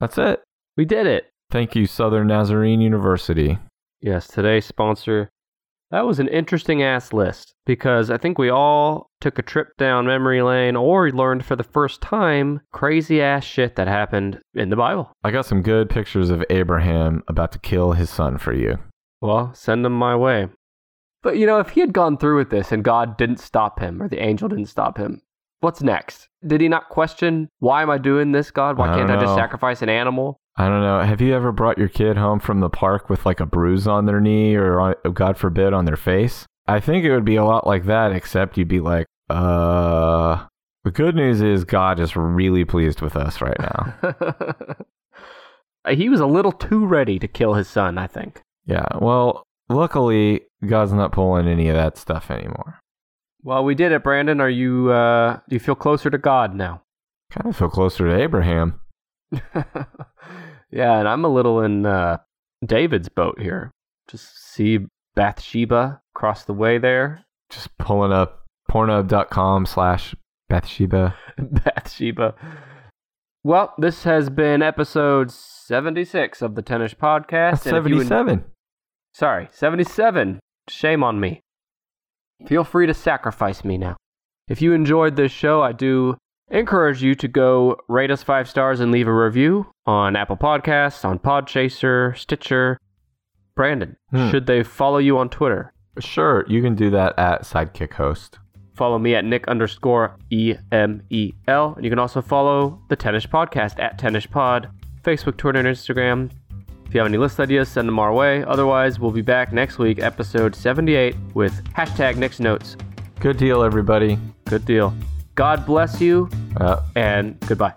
S2: That's it.
S1: we did it.
S2: Thank you, Southern Nazarene University.
S1: Yes, today's sponsor. That was an interesting ass list because I think we all took a trip down memory lane or learned for the first time crazy ass shit that happened in the Bible.
S2: I got some good pictures of Abraham about to kill his son for you.
S1: Well, send them my way. But you know, if he had gone through with this and God didn't stop him or the angel didn't stop him, what's next? Did he not question, why am I doing this, God? Why
S2: I
S1: can't
S2: don't
S1: I just
S2: know.
S1: sacrifice an animal?
S2: I don't know. Have you ever brought your kid home from the park with like a bruise on their knee or, on, God forbid, on their face? I think it would be a lot like that, except you'd be like, uh. The good news is God is really pleased with us right now.
S1: he was a little too ready to kill his son, I think.
S2: yeah. Well, luckily, God's not pulling any of that stuff anymore.
S1: Well, we did it, Brandon. Are you, uh, do you feel closer to God now?
S2: Kind of feel closer to Abraham.
S1: yeah, and I'm a little in uh, David's boat here. Just see Bathsheba across the way there.
S2: Just pulling up pornhub.com slash Bathsheba.
S1: Bathsheba. Well, this has been episode 76 of the Tennis Podcast.
S2: That's
S1: and if you en-
S2: 77.
S1: sorry, 77. Shame on me. Feel free to sacrifice me now. If you enjoyed this show, I do encourage you to go rate us five stars and leave a review on Apple Podcasts, on Podchaser, Stitcher. Brandon,
S2: Hmm.
S1: should they follow you on Twitter?
S2: Sure, you can do that at Sidekick Host.
S1: Follow me at Nick underscore E M E L. And you can also follow the Tennish Podcast at Tennish Pod, Facebook, Twitter, and Instagram. If you have any list ideas, send them our way. Otherwise, we'll be back next week, episode 78, with hashtag Nick's Notes.
S2: Good deal, everybody.
S1: Good deal. God bless you,
S2: Uh,
S1: and goodbye.